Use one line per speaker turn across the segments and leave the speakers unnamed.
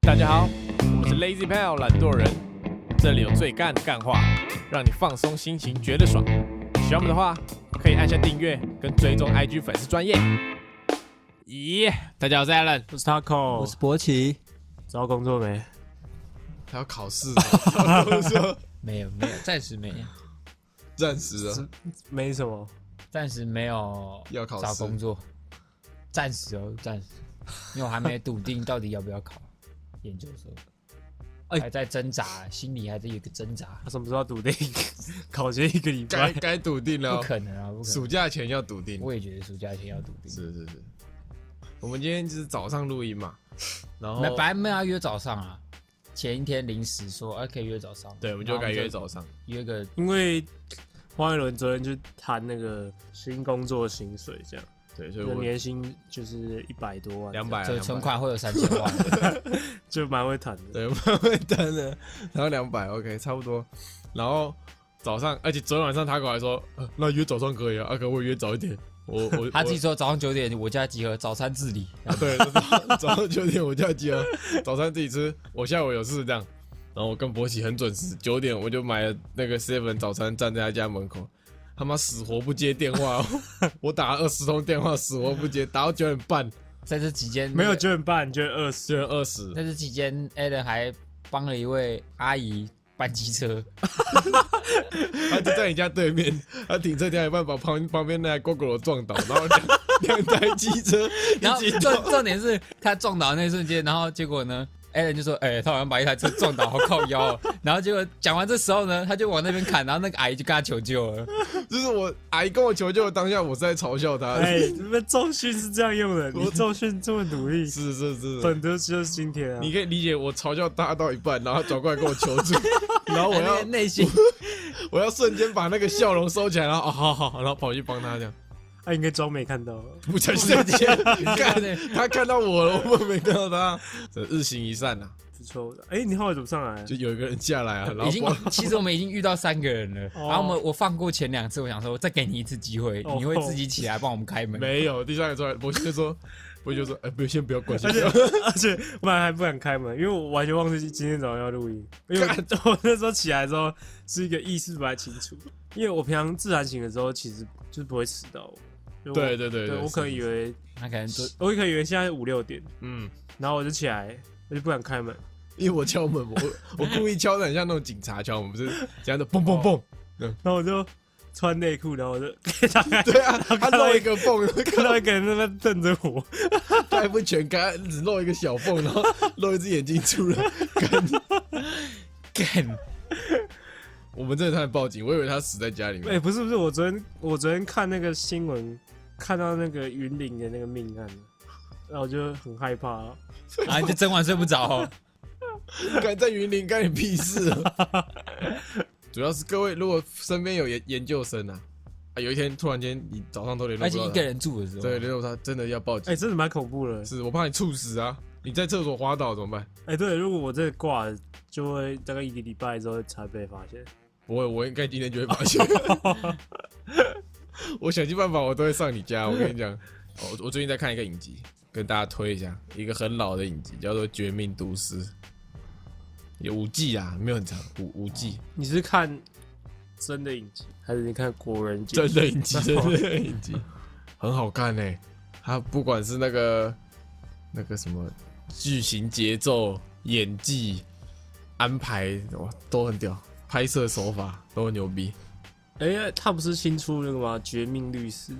大家好，我
嗯
们是 Lazy Pal 懒惰人，这里有最干的干话，让你放松心情，觉得爽。喜欢我们的话，可以按下订阅跟追踪 IG 粉丝专业。咦，大家好，我是 Alan。
我是 Taco，
我是博奇，
找到工作没？
还要考试哦，我 说
没有没有，暂时没有，
暂时的，
没什么，
暂时没有
要考试
找工作，暂时哦，暂时，因为我还没笃定到底要不要考研究生，
哎
还在挣扎，心里还是有一个挣扎，
他什么时候要笃定？ 考前一个礼拜，
该该笃定了
不
哦。
可能啊，不可
暑
能，
假前要笃定，
我也觉得暑假前要笃定，
是是是。我们今天就是早上录音嘛，然后
那本来没有要约早上啊，前一天临时说啊可以约早上，
对，我们就
然后
改约早上。
约个
因为黄伟伦昨天去谈那个新工作薪水，这样，
对，所以
就
我
年薪就是一百多万，
两，百
就存，
200
款会有三千万，
哎
就蛮会谈的。
对，我们会等的，然后两百，OK，差不多。然后早上，而且昨天晚上他跟我还说，呃那约早上可以啊，阿哥我也约早一点，我我
他自己
己
说早上九点我家集合，早餐自理，
啊对， 早早上九点我就要集合，早餐自己吃，我下午有事这样。然后我跟博奇很准时，九点我就买了那个 seven 早餐，站在他家门口，他妈死活不接电话、 我打了二十通电话，死活不接，打到九点半，
在这期间
没有
那个
九点半，九点二十，
九点二十，
在这期间，Allen 还帮了一位阿姨搬机车，
他就在你家对面，他停车停到一半，把旁旁边那台 g o g o 撞倒，然后两两台机车
然后
一起
重重点是他撞倒那一瞬间，然后结果呢，Allen 就说：“哎、他好像把一台车撞倒，好靠腰、哦。”然后结果讲完这时候呢，他就往那边砍，然后那个阿姨就跟他求救了。
就是我阿姨跟我求救的当下，我是在嘲笑她。
哎，你们重训是这样用的，你重训这么努力，
是是是，
本德就是今天啊，
你可以理解我嘲笑她到一半，然后她转过来跟我求助， 然后我
我
要
哎内心
我要瞬间把那个笑容收起来，然后哦好好，好然后跑去帮她这样，
他啊应该装没看到，
不小心间看
对
她看到我了，我们没看到她，这日行一善呐、
不错的。哎，你后来怎么上来啊
就？有一个人下来啊，然后
已经
帮，
其实我们已经遇到三个人了。
哦
然后我们我放过前两次，我想说我再给你一次机会，
哦
你会自己起来帮我们开门。
没有第三个出来，博士就说，博士就说，哎，不先不要管，先
而且
不要
而且我本来还不敢开门，因为我完全忘记今天早上要录音。因为
干
我我那时候起来之后是一个意识不太清楚，因为我平常自然醒的时候其实就是不会迟到。哦就我
对对对
对，我可能以为
他可能就
我可能以为现在五六点，
嗯。
然后我就起来，我就不敢开门。
因为我敲门，我我故意敲的很像那种警察敲门，不是嗯这样的蹦蹦蹦。
然后我就穿内裤，然后我就 打开，
对啊，他
看到
漏一
一
个缝，
看到一个人在那瞪着我，
他还不全开，只漏一个小缝，然后露一只眼睛出 来。
干
我们真的差点报警，我以为他死在家里
哎、
面。
不是不是，我昨天我昨天看那个新闻，看到那个云林的那个命案，然后我就很害怕、哦
啊，你就整晚睡不着、 哦。
敢在云 林干你屁事啊！主要是各位，如果身边有研研究生啊，啊，有一天突然间你早上都联络
而
不
且
到
一
他，
个人住的时候，
对联络不到他，真的要报
哎、
警。
真的蛮恐怖的。
是我怕你猝死啊！你在厕所滑倒怎么办？
哎、对，如果我真的挂了，就会大概一个礼拜之后才被发现。
不会，我应该今天就会发现。我想尽办法，我都会上你家。我跟你讲，哦我我最近在看一个影集，跟大家推一下，一个很老的影集，叫做《绝命毒师》，有五季啊，没有很长，五五季，
你是看真的影集，还是你看国人
真
剧？
的影集，真的影集，很好看呢、它不管是那个那个什么剧情节奏、演技安排，哇，都很屌，拍摄手法都很牛逼。
哎、他不是新出那个吗？《绝命律师》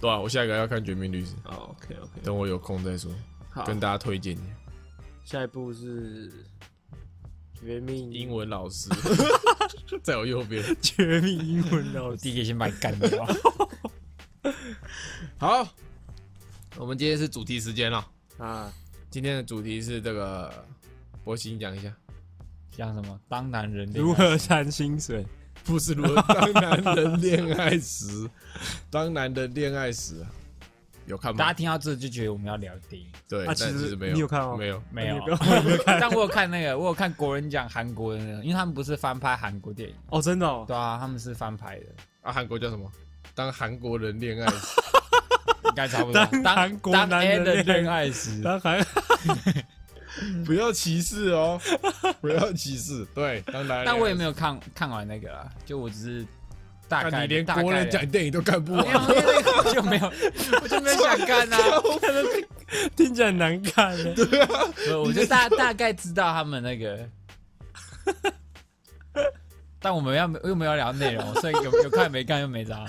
对啊，我下一个要看《绝命律师》。
哦 OK OK，
等我有空再说，
好，
跟大家推荐一下
下一部是《绝命
英文老师， 在我右边。
绝命英文老
我
师
第一个先把你干掉。
好，我们今天是主题时间了。》
啊，
今天的主题是这个，博鑫你讲一下，
像什么当男人恋爱
如何谈薪水？
不是如何当男人恋爱时，当男人恋爱时啊有看
大家
吗？
听到这就觉得我们要聊电影，
对，
啊
但
其
其
实
实没有，
你有看哦
没有，
没有
你不要？
但我有看那个，我有看国人讲韩国的那个，因为他们不是翻拍韩国电影，
哦，真的、哦，
对啊，他们是翻拍的，
啊，韩国叫什么？当韩国人恋爱 时，
应该差不多。
当
当
韩国
当
男
A
人
的
恋爱
恋爱时，
然后还
不要歧视哦，不要歧视。对，当然。
但我也没有看看完那个啦，就我只是大
看
概
啊你连
大
国
概啊
人讲电影都看不
没有，
完，
因为那个我就没有，我就没有想看啊。
听起来很难看欸。
我我就大大概知道他们那个，但我们要又没有聊内容，所以有有看没看又没差。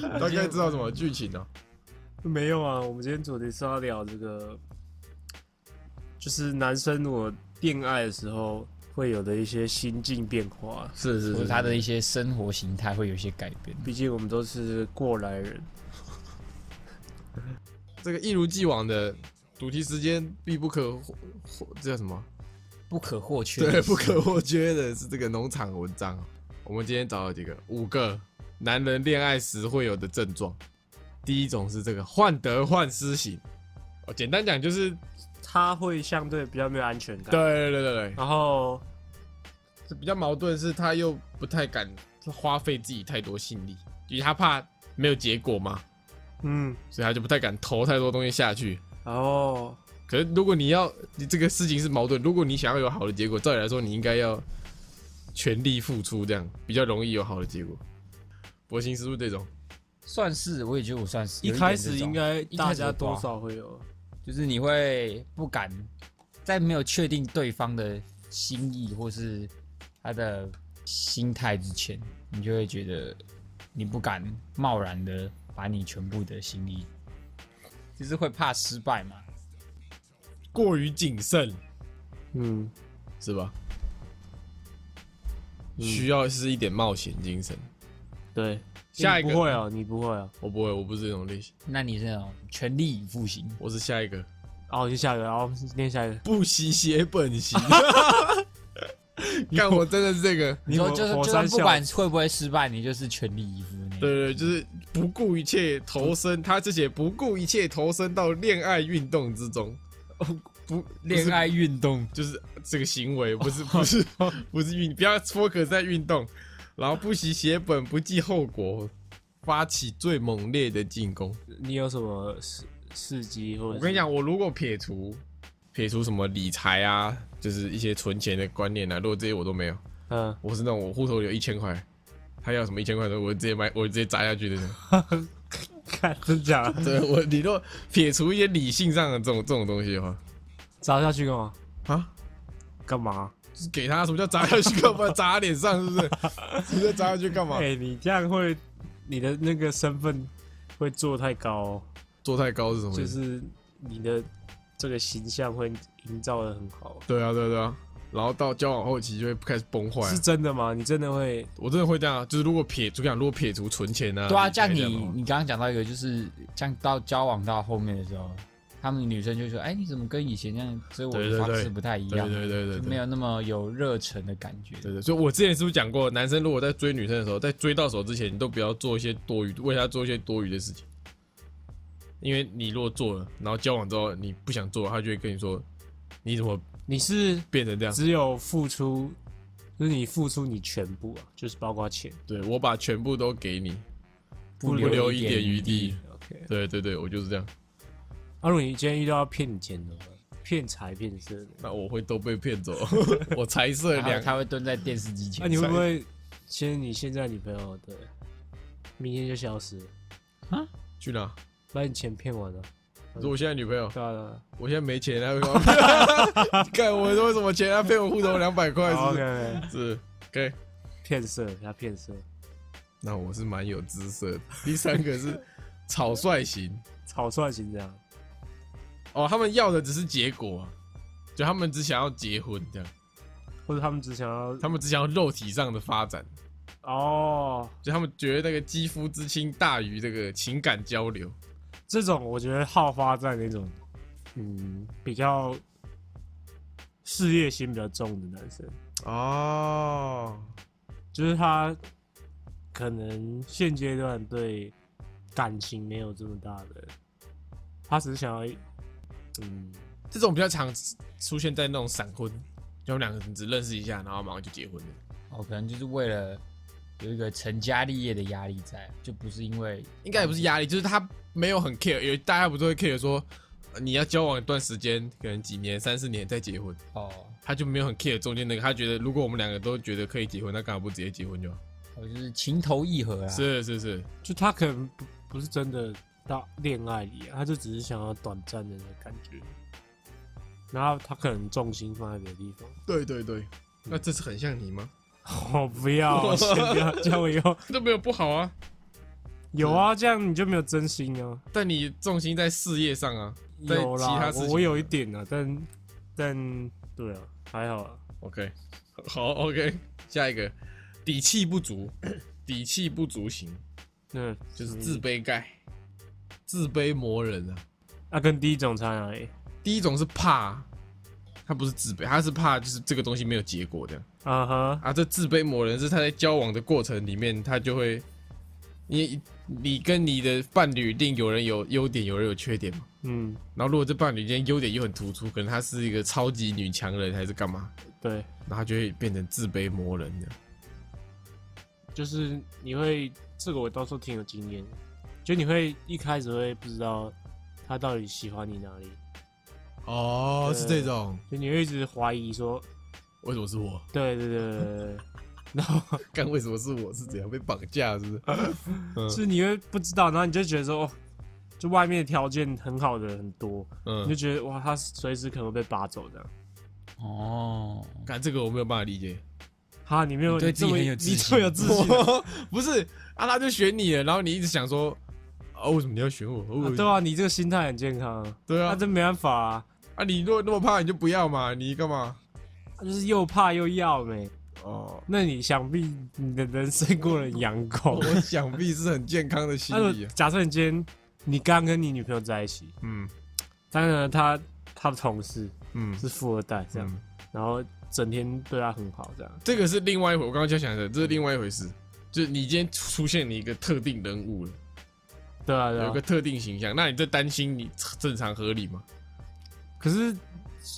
大概知道什么剧情呢？哦
没有啊，我们今天主题是要聊这个，就是男生如果恋爱的时候会有的一些心境变化。
是是
就是他的一些生活形态会有一些改变。
毕竟我们都是过来人，
这个一如既往的主题时间必不可或或这叫什么？
不可或缺的
对，
事。
不可或缺的是这个农场文章。我们今天找了几个五个男人恋爱时会有的症状。第一种是这个患得患失型，哦，简单讲就是
他会相对比较没有安全感。
对，对对对对，
然后
是比较矛盾，是他又不太敢花费自己太多心力，因为他怕没有结果嘛，
嗯，
所以他就不太敢投太多东西下去。
然后
可是如果你要你这个事情是矛盾，如果你想要有好的结果，照理来说你应该要全力付出，这样比较容易有好的结果。博兴是不是这种？
算是，我也觉得我算是。
一
有点
开始
这种
应该大
一开
家
始不好
多少会有，
就是你会不敢在没有确定对方的心意或是他的心态之前，你就会觉得你不敢贸然的把你全部的心意，就是会怕失败嘛。
过于谨慎
嗯，
是吧？需要是一点冒险精神。
嗯对。
下一
你
个
不会啊，你不会啊，
我不会，我不是这种类型，
那你是那种全力以赴型，
我是下一个
哦，就下一个，然后我们念下一个，
不惜血本型。 看我真的是这个，
你说
火
就是
火
就
山
算不
笑
管会不会失败，你就是全力以赴的那种。
对对，就是不顾一切投身，他这些不顾一切投身到恋爱运动之中，哦不
恋爱运动，
就是这个行为，不是不是不是运，不要 focus 在运动，然后不惜血本，不计后果，发起最猛烈的进攻。
你有什么事事迹或者？
我跟你，讲，我如果撇除撇除什么理财啊，就是一些存钱的观念啊，如果这些我都没有，
嗯，
我是那种我户头有一千块，他要什么一千块的时候，我直接买，我直接砸下去的那种。
看真假的，
对我，你若撇除一些理性上的这种这种东西的话，
砸下去干嘛？
啊，
干嘛？
就是给他什么叫砸下去干嘛？砸他脸上是不是？是不是砸下去干嘛？
哎、你这样会，你的那个身份会做太高、哦，
做太高是什么意
就
思？
是你的这个形象会营造的很好，
对啊，对啊，对啊。然后到交往后期就会开始崩坏啊、
是真的吗？你真的会？
我真的会这样啊，就是如果撇，就讲如果撇除存钱啊，
对啊，像
理财这
你
样的话
你刚刚讲到一个，就是像到交往到后面的时候，他们女生就说：“哎，你怎么跟以前那样追我
对
的
对
方
对
式不太一
对
样？”
对对对
就
对，
没有那么有热忱的感觉。
对对，所以我之前是不是讲过，男生如果在追女生的时候，在追到手之前，你都不要做一些多余，为她做一些多余的事情，因为你如果做了，然后交往之后你不想做，他就会跟你说，你怎么
你是
变成这样？
只有付出，就是你付出你全部啊，就是包括钱，
对我把全部都给你，
不
不留
留
一
一
点
点
余
余
地
地。
OK，
对对对，我就是这样。
啊，如果你今天遇到要骗钱的，骗财骗色的，
那我会都被骗 走，我财色
然后
两。
他会蹲在电视机
啊
那、啊
前
你会不会先你现在女朋友对，明天就消失了，
去哪？
把你钱骗完了？
你说我现在女朋友，
对啊对啊
我现在没钱，她会跟我 看我为什么钱，她骗我户头两百块，
好
是不是？
，OK，
是，OK。
哦骗色，他骗色，
那我是蛮有姿色的。第三个是草率型
草率型这样。
哦，他们要的只是结果、啊，就他们只想要结婚这样，
或者他们只想要
他们只想要肉体上的发展，
哦，
就他们觉得那个肌肤之亲大于这个情感交流。
这种我觉得好发在那种，嗯，比较事业心比较重的男生，
哦，
就是他可能现阶段对感情没有这么大的，他只是想要，嗯，
这种比较常出现在那种闪婚，就他们两个人只认识一下，然后马上就结婚了。
哦，可能就是为了有一个成家立业的压力在，就不是因为
应该也不是压力，就是他没有很 care，有大家不是会 care 说呃你要交往一段时间，可能几年、三四年再结婚，
哦，
他就没有很 care 中间那个，他觉得如果我们两个都觉得可以结婚，那干嘛不直接结婚就好？
我哦就是情投意合啦。啊
啊
是是是，
就他可能不不是真的到恋爱里、啊，他就只是想要短暂的那个感觉，然后他可能重心放在别的地方。
对对对，那这是很像你吗？
我、不要， 我先不要，这样我以后
这没有不好啊，
有啊，这样你就没有真心啊。
但你重心在事业上啊，在
有
其他
啦，
事情
我
上
我有一点啊，但但对啊，还好啊。
OK，好 OK，下一个底气不足，底气不足型
嗯，
就是自卑盖，自卑磨人啊。
那、跟第一种差哪里
第一种是怕，他不是自卑，他是怕就是这个东西没有结果这样
啊哈，
啊。这自卑磨人是他在交往的过程里面，他就会你你跟你的伴侣一定有人有优点，有人有缺点嘛。
嗯，
然后如果这伴侣间优点又很突出，可能她是一个超级女强人还是干嘛，
对，
然后他就会变成自卑磨人这样。
就是你会这个我倒是挺有经验的，就你会一开始会不知道他到底喜欢你哪里，
哦，是这种，
就你会一直怀疑说，
为什么是我？
对对对对对对，然后
干为什么是我？是怎样被绑架？是不 是？
是你会不知道，然后你就觉得说，哦，就外面条件很好的很多，你就
嗯，
觉得哇，他随时可能会被拔走的。
哦，
干这个我没有办法理解。
哈，你没有你
你对
这
自己
么
很有自
你这
信
么有自信啊，
不是啊，他就选你了，然后你一直想说，啊，为什么你要选我？
啊
哦
对啊，你这个心态很健康啊。
对
那、
啊，
真没办法啊，
啊，你如果那么怕，你就不要嘛，你干嘛？
他就是又怕又要没。
哦，
那你想必你的人生过得很养狗。
我想必是很健康的心
那
理啊。
假设你今天你刚跟你女朋友在一起，
嗯
当然他他的同事
嗯，
是富二代这样，
嗯
然后整天对他很好这样。
这个是另外一回，我刚刚就想着，这是另外一回事。就是你今天出现你一个特定人物了，
对啊，对
有一个
啊。
特定形象，那你这担心你正常合理吗？
可是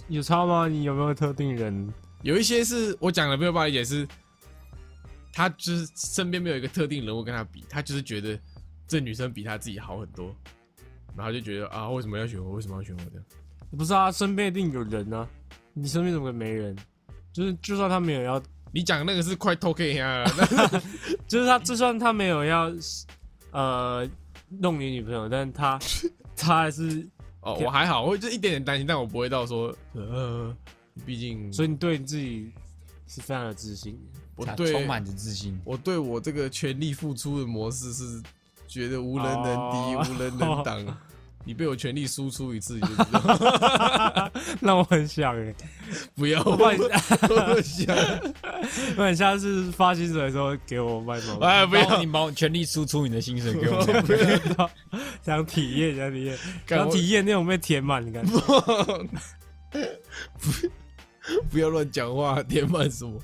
有差吗？你有没有特定人？
有一些是我讲的没有办法理解，是他就是身边没有一个特定人物跟他比，他就是觉得这女生比他自己好很多，然后就觉得啊，为什么要选我？为什么要选我这样？
不是啊，身边一定有人啊。你身边怎么可能没人？就是就算他没有要，
你讲那个是快偷 K 呀，那
就是他就算他没有要，呃，弄你女朋友，但他他还是，
哦，我还好，我就一点点担心，但我不会到说呃，毕竟
所以你对你自己是非常有自信 的。
我
他
对
充满着自信。
我对我这个全力付出的模式是觉得无人能敌，
哦
无人能挡。你被我全力输出一次，你就知道
让我很想哎、
不要，
我帮你
我想，
那你下次发薪水的时候给我卖毛巾，
哎，不要，
帮，你毛全力输出你的薪水给我
不要
想体验，想体验，
干
想
我
体验那种被填满的感觉。
不要乱讲话，填满什么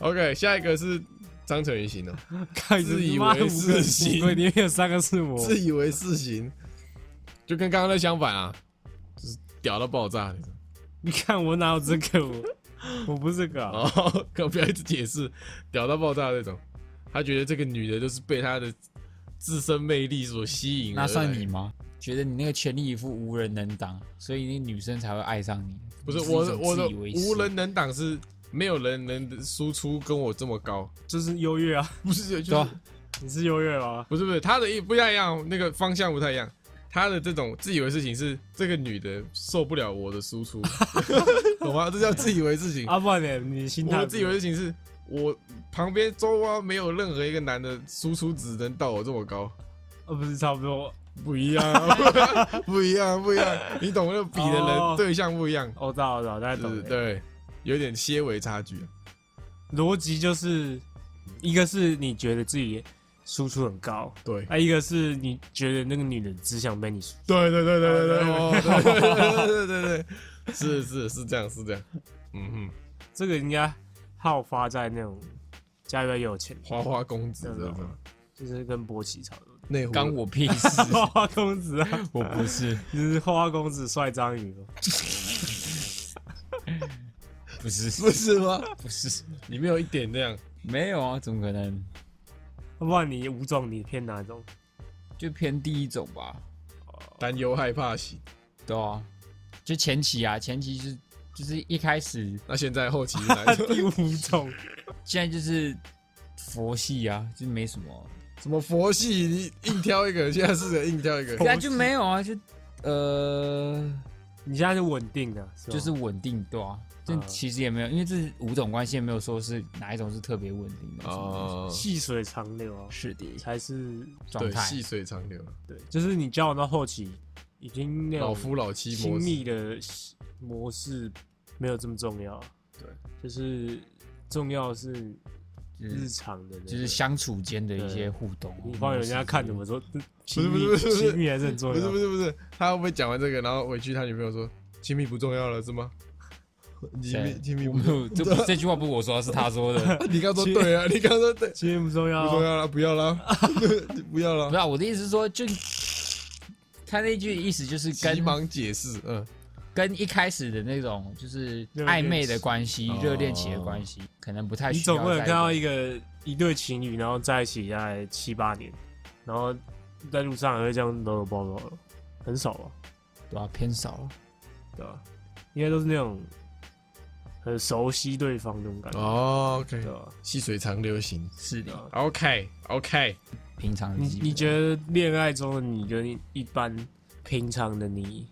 ？OK，下一个是张成云型的，
哦
看
自以
妈的五
为
个
是行
对，里面有三个是我，
自以为是型，就跟刚刚那相反啊，就是屌到爆炸那种。
你看我哪有这个我？我不是这个啊、
哦，可不要一直解释，屌到爆炸那种。他觉得这个女的就是被他的自身魅力所吸引，
那算你？吗？觉得你那个全力以赴无人能挡，所以那女生才会爱上你。
不是
你
我
一
的
种
我的
自以为是
无人能挡是没有人能输出跟我这么高，
就是优越啊，
不是
对
就
啊
是
你是优越吗？
不是不是，他的一不太一样，那个方向不太一样。他的这种自以为事情是这个女的受不了我的输 出，懂吗？这叫自以为事 情。
阿啊不然你心
嗯我
态
哦的自以为事情是我旁边周啊没有任何一个男的输出只能到我这么高，
呃不是差不多
不一样啊， 不一样，不一样。你懂那个比的
哦
人对象不一样，
我知道，我知道，大家
就
懂
是
的。
对，有点些微差距。啊
逻辑就是，一个是你觉得自己输出很高，
对，
啊，一个是你觉得那个女人只想被你输
对对对对对
哦
对对对对对对，是是是这样是这样，嗯哼。
这个应该好发在那种家里边有钱，
花花公子
真
这
的
种
吗就是跟波奇差不多。，
内湖
干我屁 事
花花公子啊，
我不是
就是花花公子帅章鱼哦。
不是
不是吗？
不是，
你没有一点那样，
没有啊，怎么可能？
要不然你五 种你偏哪种？
就偏第一种吧。
担忧害怕型，
对啊，就前期啊，前期是就是一开始，
那现在后期 是哪一种？
第五种，
现在就是佛系啊，就是没什么，
什么佛系？你硬挑一个，现在是个硬挑一个
佛系
现。在就没有啊，就呃，
你现在是稳定的，吧
就是稳定对啊，但
嗯
其实也没有，因为这五种关系也没有说是哪一种是特别稳定的哦，
哦，
细水长流啊，
是的，
才是
状
对，
态
细水长流，
对，就是你交往到后期，已经那
老
种
夫老妻
亲
模式。
密的模式没有这么重要，
对，
就是重要是
就
日
是
常的那个，
就是相处间的一些
对
互动啊，
你帮人家看怎么说，亲
不
密
是不是不是
亲密还是很重
不是
要
不，是不是，他会不会讲完这个，然后回去他女朋友说亲密不重要了是吗？亲密
对
亲密
我
不
没
重要，
有，这 不这句话不是我说，是他说的。
你刚说对啊，你刚说对，
亲密不重要
不重
哦，
要了，不要了，不要
不是
了，
啊，我的意思是说，就他那句意思就是
急
跟
忙解释，嗯，
跟一开始的那种就是
热恋
暧昧的关系、
哦
期
热恋期的关系，可能不太
你
需要
总不能
再
看到一个一对情侣，然后在一起大概七八年，然后在路上还会这样搂搂抱抱的，很少吧？
对啊偏少了。
对吧？应该都是那种很熟悉对方那种感觉，
哦，OK，
对啊吧？
细水长流型
是的，
，OK OK，
平常的
你
基本
你觉得恋爱中的你跟一般平常的你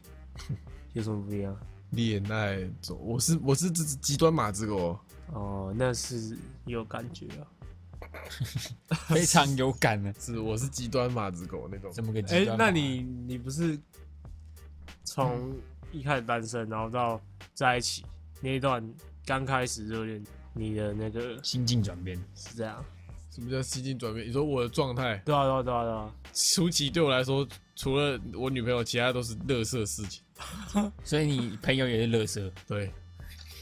有什么不一样？
恋爱中，我是我是这极端马子狗，
哦，那是有感觉啊。
非常有感呢？
是我是极端马子狗那种
这，么个极
哎、
端吗
那你你不是从一开始单身，然后到在一起那一段刚开始热恋，你的那个
心境转变，
是这样？
什么叫心境转变？你说我的状态
对啊，对啊，对啊，对啊。
初期对我来说，除了我女朋友，其他都是乐色事情，
所以你朋友也是乐色。
对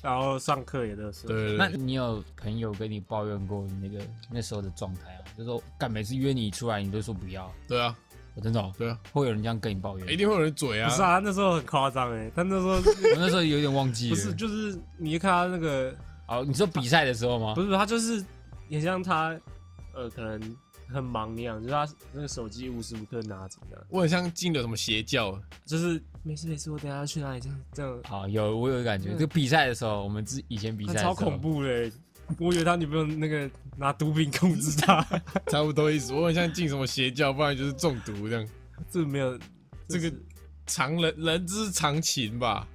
然后上课也都是，
对对啊
那
对，
你有朋友跟你抱怨过你那个那时候的状态啊？就说干每次约你出来，你都说不要，
对啊
我真的哦
对啊，
会有人这样跟你抱怨
哎
一？定会有人嘴啊
不，是啊，那时候很夸张哎，他那时候
我那时候有点忘记
不
了。
是，就是你一看他那个，
哦，你说比赛的时候吗
不？是他就是，也像他，呃，可能很忙一样，就是他那个手机无时无刻拿着的，
我很像进了什么邪教，
就是没事没事，我等一下去哪里这样这样，
好，有我有感觉，
嗯
就比赛的时候，我们之以前比
他
赛的时
超
候
恐，怖嘞、我以为他女朋友那个拿毒品控制他，
差不多意思。我很像进什么邪教，不然就是中毒这样。
这没有
这个
是
常人人之常情吧，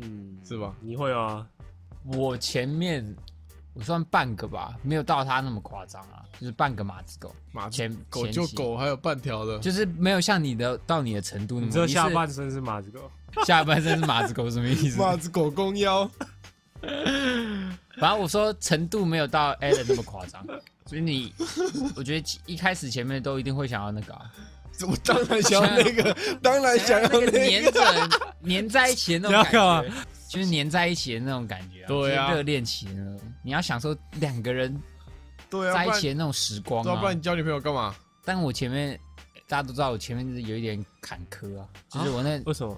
嗯，
是吧？
你会啊？
我前面我算半个吧，没有到他那么夸张啊，就是半个马子狗，
马子
前
狗
前
就
期
狗，还有半条的，
就是没有像你的到你的程度那
你
么。
知道
是
下半身是马子狗，
下半身是马子狗什么意思？
马子狗弓腰，
反正我说程度没有到 a l a n 那么夸张，所以你我觉得一开始前面都一定会想要那个、啊，
我当然想要那 个，当然想要
那个
那
粘
个。
着粘在一起 的那种
你要
感觉，就是粘在一起的那种感觉、啊，
啊对啊
就是热恋期的那种，你要享受两个人
对啊，
在
不
一
然
起的那种时光
对啊，不然
啊
你。交女朋友干嘛？
但我前面大家都知道，我前面就是有一点坎坷啊，就是我那、
为什么？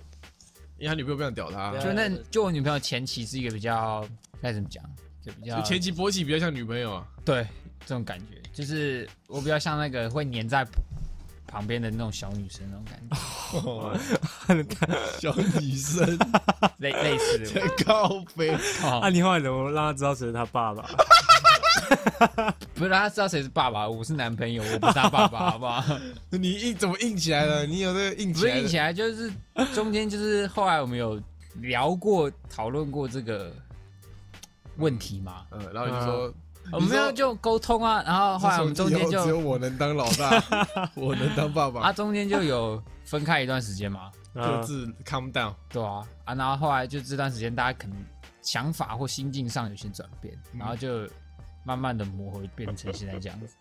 因为他女朋友不想屌他
对，啊
就那就我女朋友前期是一个比较该怎么讲，就比较
就前期勃起比较像女朋友啊。
对这种感觉，就是我比较像那个会黏在旁边的那种小女生那种感 觉，
小女生
类类似
在高飞，
啊，
哦，
你后来怎么让他知道谁是他爸 爸？
不是他知道谁是爸爸，我是男朋友，我不是他爸爸，好不好？
你硬怎么硬起来了？ 你有那个硬
不
起来
是
的
以？前啊就是中间就是后来我们有聊过讨论过这个问题嘛，
嗯，然后你就说，
啊我们要就沟通啊，然后后来我们中间
自从以嗯只有
就
我能当老大，我能当爸
啊
爸，
中间就有分开一段时间嘛，
各
啊，
自 calm down。
对啊啊，然后后来就这段时间大家可能想法或心境上有些转变，然后就慢慢的磨合变成现在这样子。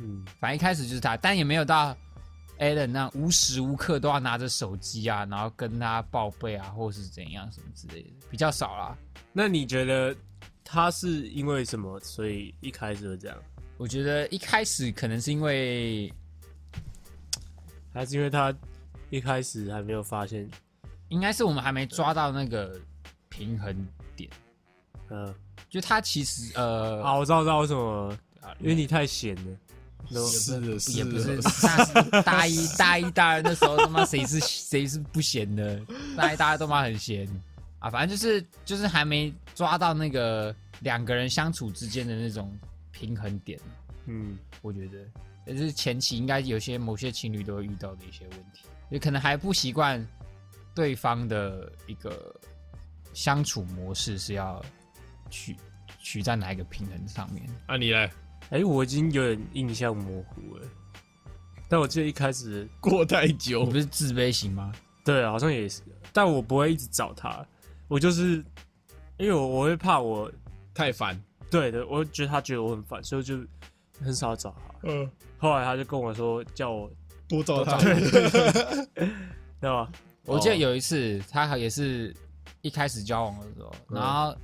嗯，
反正一开始就是他，但也没有到 Alan 那样无时无刻都要拿着手机啊，然后跟他报备啊，或是怎样什么之类的，比较少啦。
那你觉得他是因为什么，所以一开始会这样，
我觉得一开始可能是因为，
还是因为他一开始还没有发现？
应该是我们还没抓到那个平衡点，
嗯、
就他其实呃，呃
啊，我知道，我知道为什么了，啊
啊
因为你太闲了，都
是的，
也不是
的
大大一大一大二那时候他妈谁是谁是不闲的，大一大二都妈很闲啊，反正就是就是还没抓到那个两个人相处之间的那种平衡点，
嗯，
我觉得，但是前期应该有些某些情侣都会遇到的一些问题，也可能还不习惯对方的一个相处模式是要取取在哪一个平衡上面。
啊，你嘞？
哎、我已经有点印象模糊了，但我记得一开始
过太
你
久
不，是自卑型吗？
对，好像也是，但我不会一直找他，我就是因为我我会怕我
太烦。
对的，我会觉得他觉得我很烦，所以我就很少找他。
嗯，
后来他就跟我说叫我，
多找他。
知道吧？
我记得有一次，他也是一开始交往的时候，然后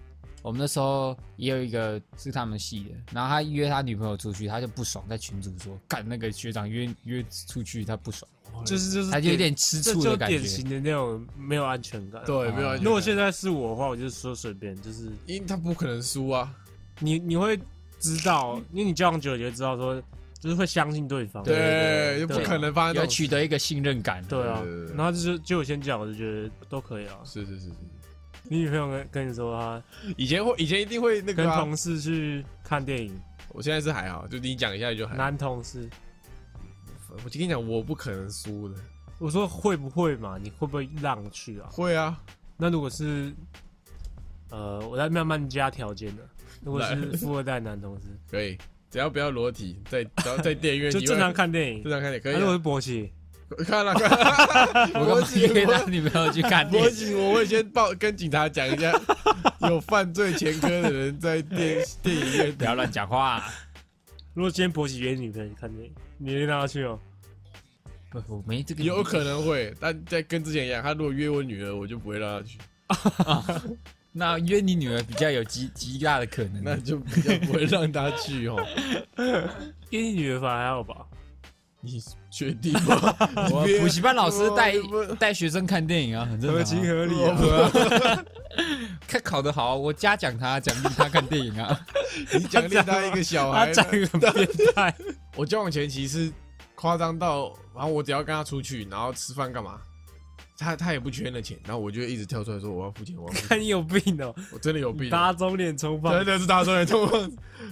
我们那时候也有一个是他们系的，然后他约他女朋友出去，他就不爽，在群主说干那个学长约约出去，他不爽，
就是就是
他就有
典
点吃
这
醋
就
的感
典
觉。
型的那种没有安全感。，
对，没有安全感。
如果现在是我的话，我就说随便，就是
因为他不可能输啊。
你你会知道，因为你交往久了，你会知道说，就是会相信对方。
对，就不
对
可能发生这
要
种事。
取得一个信任感。
对啊
对对对，对
然后就是就我先讲，我就觉得都可以啊。
是是是是，
你女朋友跟跟你说啊，
以前会，以前一定会那
跟
个啊。
同事去看电影，
我现在是还好，就你讲一下就还好。
男同事，
我就跟你讲，我不可能输的。
我说会不会嘛？你会不会让去啊？
会啊，
那如果是，呃，我在慢慢加条件的、如果是富二代男同事，
可以，只要不要裸体，在只要在电影院
就
以外
正常，看电影
正。常看也可以
啊如果
啊。
是勃起，
看了看啦，
我干
我
嘛
起
约他女朋友去看电
我
影？
警，我会先报跟警察讲一下，有犯罪前科的人在电电影院
不要乱讲话、啊
如果今天勃起约女朋友去看电影，你会让她去哦？
不我没 这个
有可能会，但在跟之前一样，他如果约我女儿，我就不会让他去，
那约你女儿比较有极极大的可能。
那就比较不会让他去哦。
跟你女儿反而还好吧？
你确定吗？
我
别
补习班老师带
我不
带学生看电影啊，很正常、啊。
合理
我不
他考得好，我嘉奖他，奖励他看电影啊。
你奖励他一个小
他
孩呢，
长得很变态，
我交往前其实夸张到，然后我只要跟他出去，然后吃饭干嘛，他他也不缺那钱，然后我就一直跳出来说我要付钱，我要付钱，
看你有病 哦！
我真的有病，
打肿脸充
真
胖，
的是大众人痛，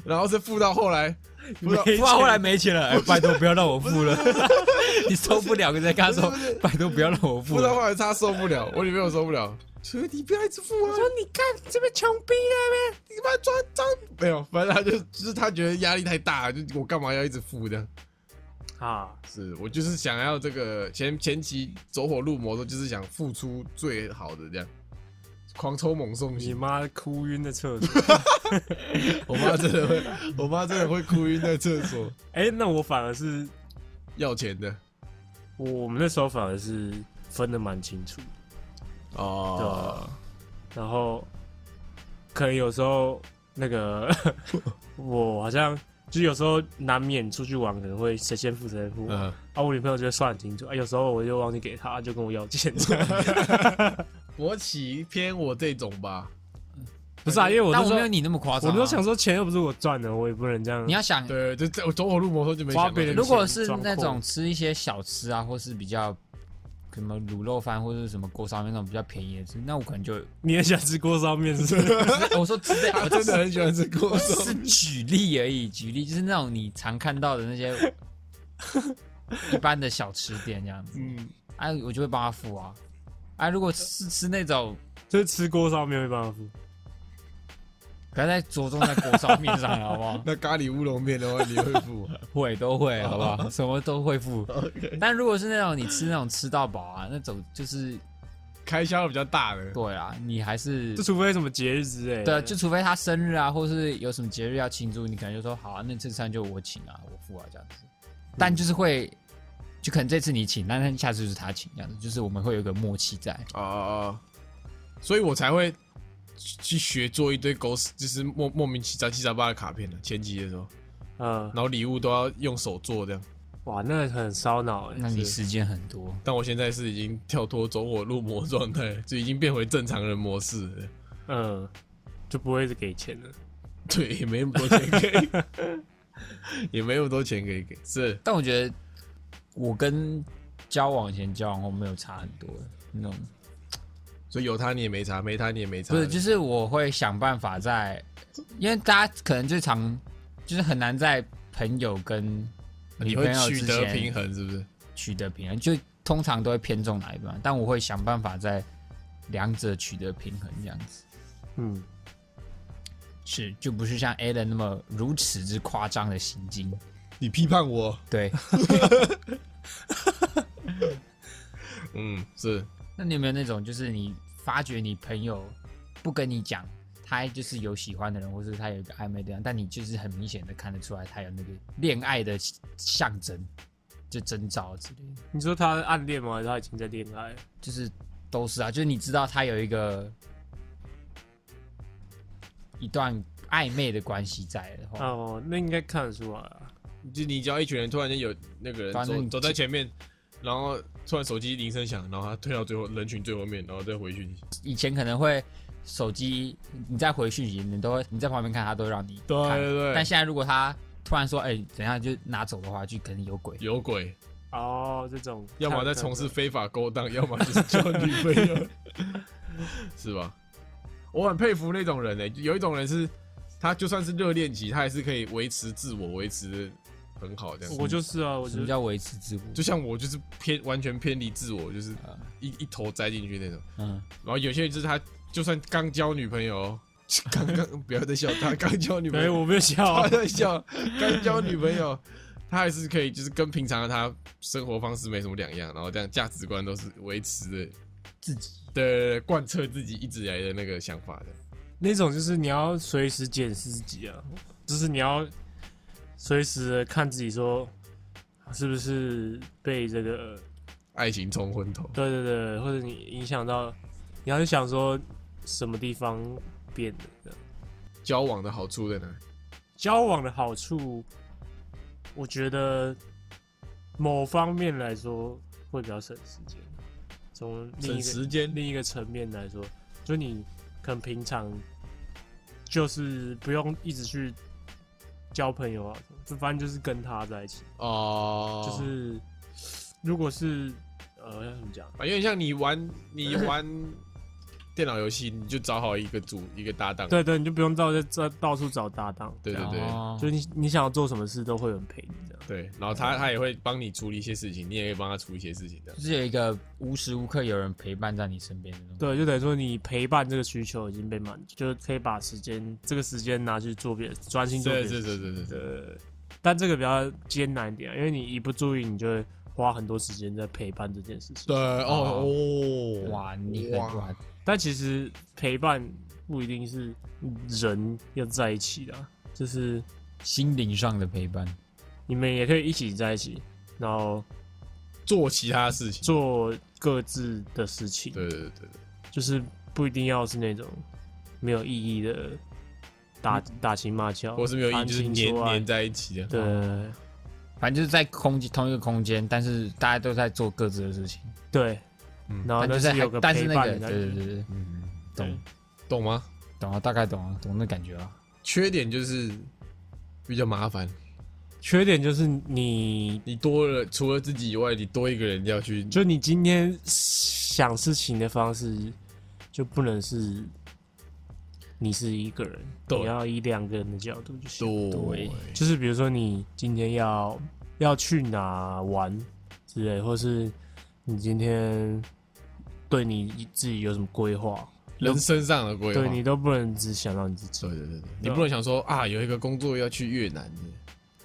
然后是付到后来，付到
没钱
哇，后来没钱了，哎，拜托不要让我付了。 你受不了，你再跟他说，拜托不要啊让我付
付到
了。
后来他受不了，我女朋友受不了，说你不要一直付啊，说你看这边穷逼了呗，你把抓抓没有，反正他就就是他觉得压力太大，就我干嘛要一直付这样。
啊，
是我就是想要这个前前期走火入魔的时候，就是想付出最好的这样，狂抽猛送
你
型。
妈哭晕在厕 所。
我妈真的会，我妈真的会哭晕在厕所，
哎，那我反而是
要钱的
我我们那时候反而是分的蛮清楚的，对
哦
啊。然后可能有时候那个 我好像就是有时候难免出去玩，可能会谁先付谁先付，
嗯，
啊，我女朋友就会算很清楚，啊，有时候我就忘记给她，就跟我要钱，
国企偏我这种吧，
不是啊，因为我
但
那
我
时
没
候
有你那么夸张、
我
啊。
都想说钱又不是我赚的，我也不能这样
你。要想，
对，就这我走火入魔的时候就没想
花别人
到
如
这个
果是那种吃一些小吃啊，或是比较什么卤肉饭或者是什么锅烧面那种比较便宜的吃，那我可能 就
你也想吃锅烧面是不是？
我说 只是
我真的很喜欢吃锅烧
是举例而已，举例就是那种你常看到的那 些一般的小吃店这样子，
嗯，
哎、我就会帮他付啊。啊，如果是吃那种，
就是吃锅烧面没办法付。
不要再着重在锅烧面上了，好不好？哦
那咖喱乌龙面的话，你会付吗
会都会，好不好？什么都会 付。
？OK，
但如果是那种你吃那种吃到饱啊，那种就是
开销比较大的，
对啊，你还是
就除非什么节日之类的，
对啊，就除非他生日啊，或是有什么节日要庆祝，你可能就说好啊，那这餐就我请啊，我付啊这样子。但就是会，就可能这次你请，但是下次就是他请这样子，就是我们会有一个默契在。
哦哦哦，所以我才会去去学做一堆狗屎，就是莫莫名其妙七杂八的卡片了。前期的时候，
嗯
然，后礼物都要用手做这样。
哇，那很烧脑哎。
那你时间很多，
但我现在是已经跳脱走火入魔状态，就已经变回正常人模式了。
嗯，就不会一直给钱了。
对，也没那么多钱可以。 也没那么多钱可以给。是，
但我觉得我跟交往前、交往后没有差很多的那种，
所以有他你也没查，没他你也没查。
不是，就是我会想办法在，因为大家可能最常就是很难在朋友跟
你
女
会
朋友
取
之
得平
间
衡，是不是？
取得平衡，就通常都会偏重哪一边，但我会想办法在两者取得平衡，这样子
嗯，
是就不是像 Alan 那么如此之夸张的行径，
你批判我，
对。
嗯，是
那你有没有那种，就是你发觉你朋友不跟你讲，他就是有喜欢的人，或是他有一个暧昧对象，但你就是很明显的看得出来他有那个恋爱的象征，就征兆之类的，
你说他暗恋吗？还是他已经在恋爱？
就是都是啊，就是你知道他有一个一段暧昧的关系在的话，
哦，那应该看得出来啊。
就你只要一群人突然间有那个人
反
走
正
走在前面，然后突然手机铃声响，然后他退到最后人群最后面，然后再回去。
以前可能会。手机，你再回讯息，你都会你在旁边看，他都会让你看。
对对对
但现在如果他突然说：“哎、等一下就拿走的话，就可能有鬼。”
有鬼，
哦，这种
要么在
再
从事非法勾 当，要么就是交女朋友，是吧？我很佩服那种人呢、欸有一种人是，他就算是热恋期，他还是可以维持自我，维持得很好这样子。
我就是啊，我
什
就
么叫维持自我？
就像我就是偏完全偏离自我，就是
啊
一一头栽进去那种。
嗯，
然后有些人就是他就算刚交女朋友 哦，刚刚不要再笑，他刚交女朋
哎，
友，
我没有笑啊
他在笑，刚交女朋友，他还是可以就是跟平常的他生活方式没什么两样，然后这样价值观都是维持的
自己
对对对，贯彻自己一直以来的那个想法的。
那种就是你要随时检视自己啊，就是你要随时地看自己说是不是被这个
爱情冲昏头，
对对对，或者你影响到，你要去想说什么地方变了这样。
交往的好处在哪？
交往的好处，我觉得某方面来说会比较省时间，从另一
省
个
时间。
另一个层面来说，就你可能平常就是不用一直去交朋友啊，就反正就是跟他在一起，
哦，
就是如果是呃要怎么讲，
啊，有点像你玩你 玩电脑游戏，你就找好一个组一个搭档。
对对，你就不用到在到处找搭档，
对对对
哦
就你你想要做什么事都会有人陪你这样。
对，然后他他也会帮你处理一些事情，你也可以帮他处理一些事情的。
就是有一个无时无刻有人陪伴在你身边的那种。
对，就等于说你陪伴这个需求已经被满足，就可以把时间这个时间拿去做别的，专心做别
对
的
对
事
对对对对，
对，但这个比较艰难一点啊，因为你一不注意，你就会花很多时间在陪伴这件事情。
对哦哦，
哇，你很
哇
哇，
但其实陪伴不一定是人要在一起的啊，就是
心灵上的陪伴，
你们也可以一起在一起，然后
做其他事情。
做各自的事情，
对对对对，对
就是不一定要是那种没有意义的打打情骂俏，
嗯或是没有意义，
谈
就是
情
黏
说爱
黏哦在一起啊的。
对
反正就是在空间同一个空间，但是大家都在做各自的事情，
对
嗯，
然后
但就
但
是
是
还
哦有个
但是
陪
那
伴的
个
感
对
觉
对对对，嗯，懂
懂吗？
懂啊，大概懂啊，懂那感觉啊。
缺点就是比较麻烦，
缺点就是你
你多了除了自己以外，你多一个人要去
就你今天想事情的方式，就不能是你是一个人，
对
你要以两个人的角度去想。
对
对
就是比如说你今天要要去哪玩之类，或是你今天对你自己有什么规划，
人身上的规划。
对你都不能只想到你自己
对。对对对，你不能想说啊，有一个工作要去越南的，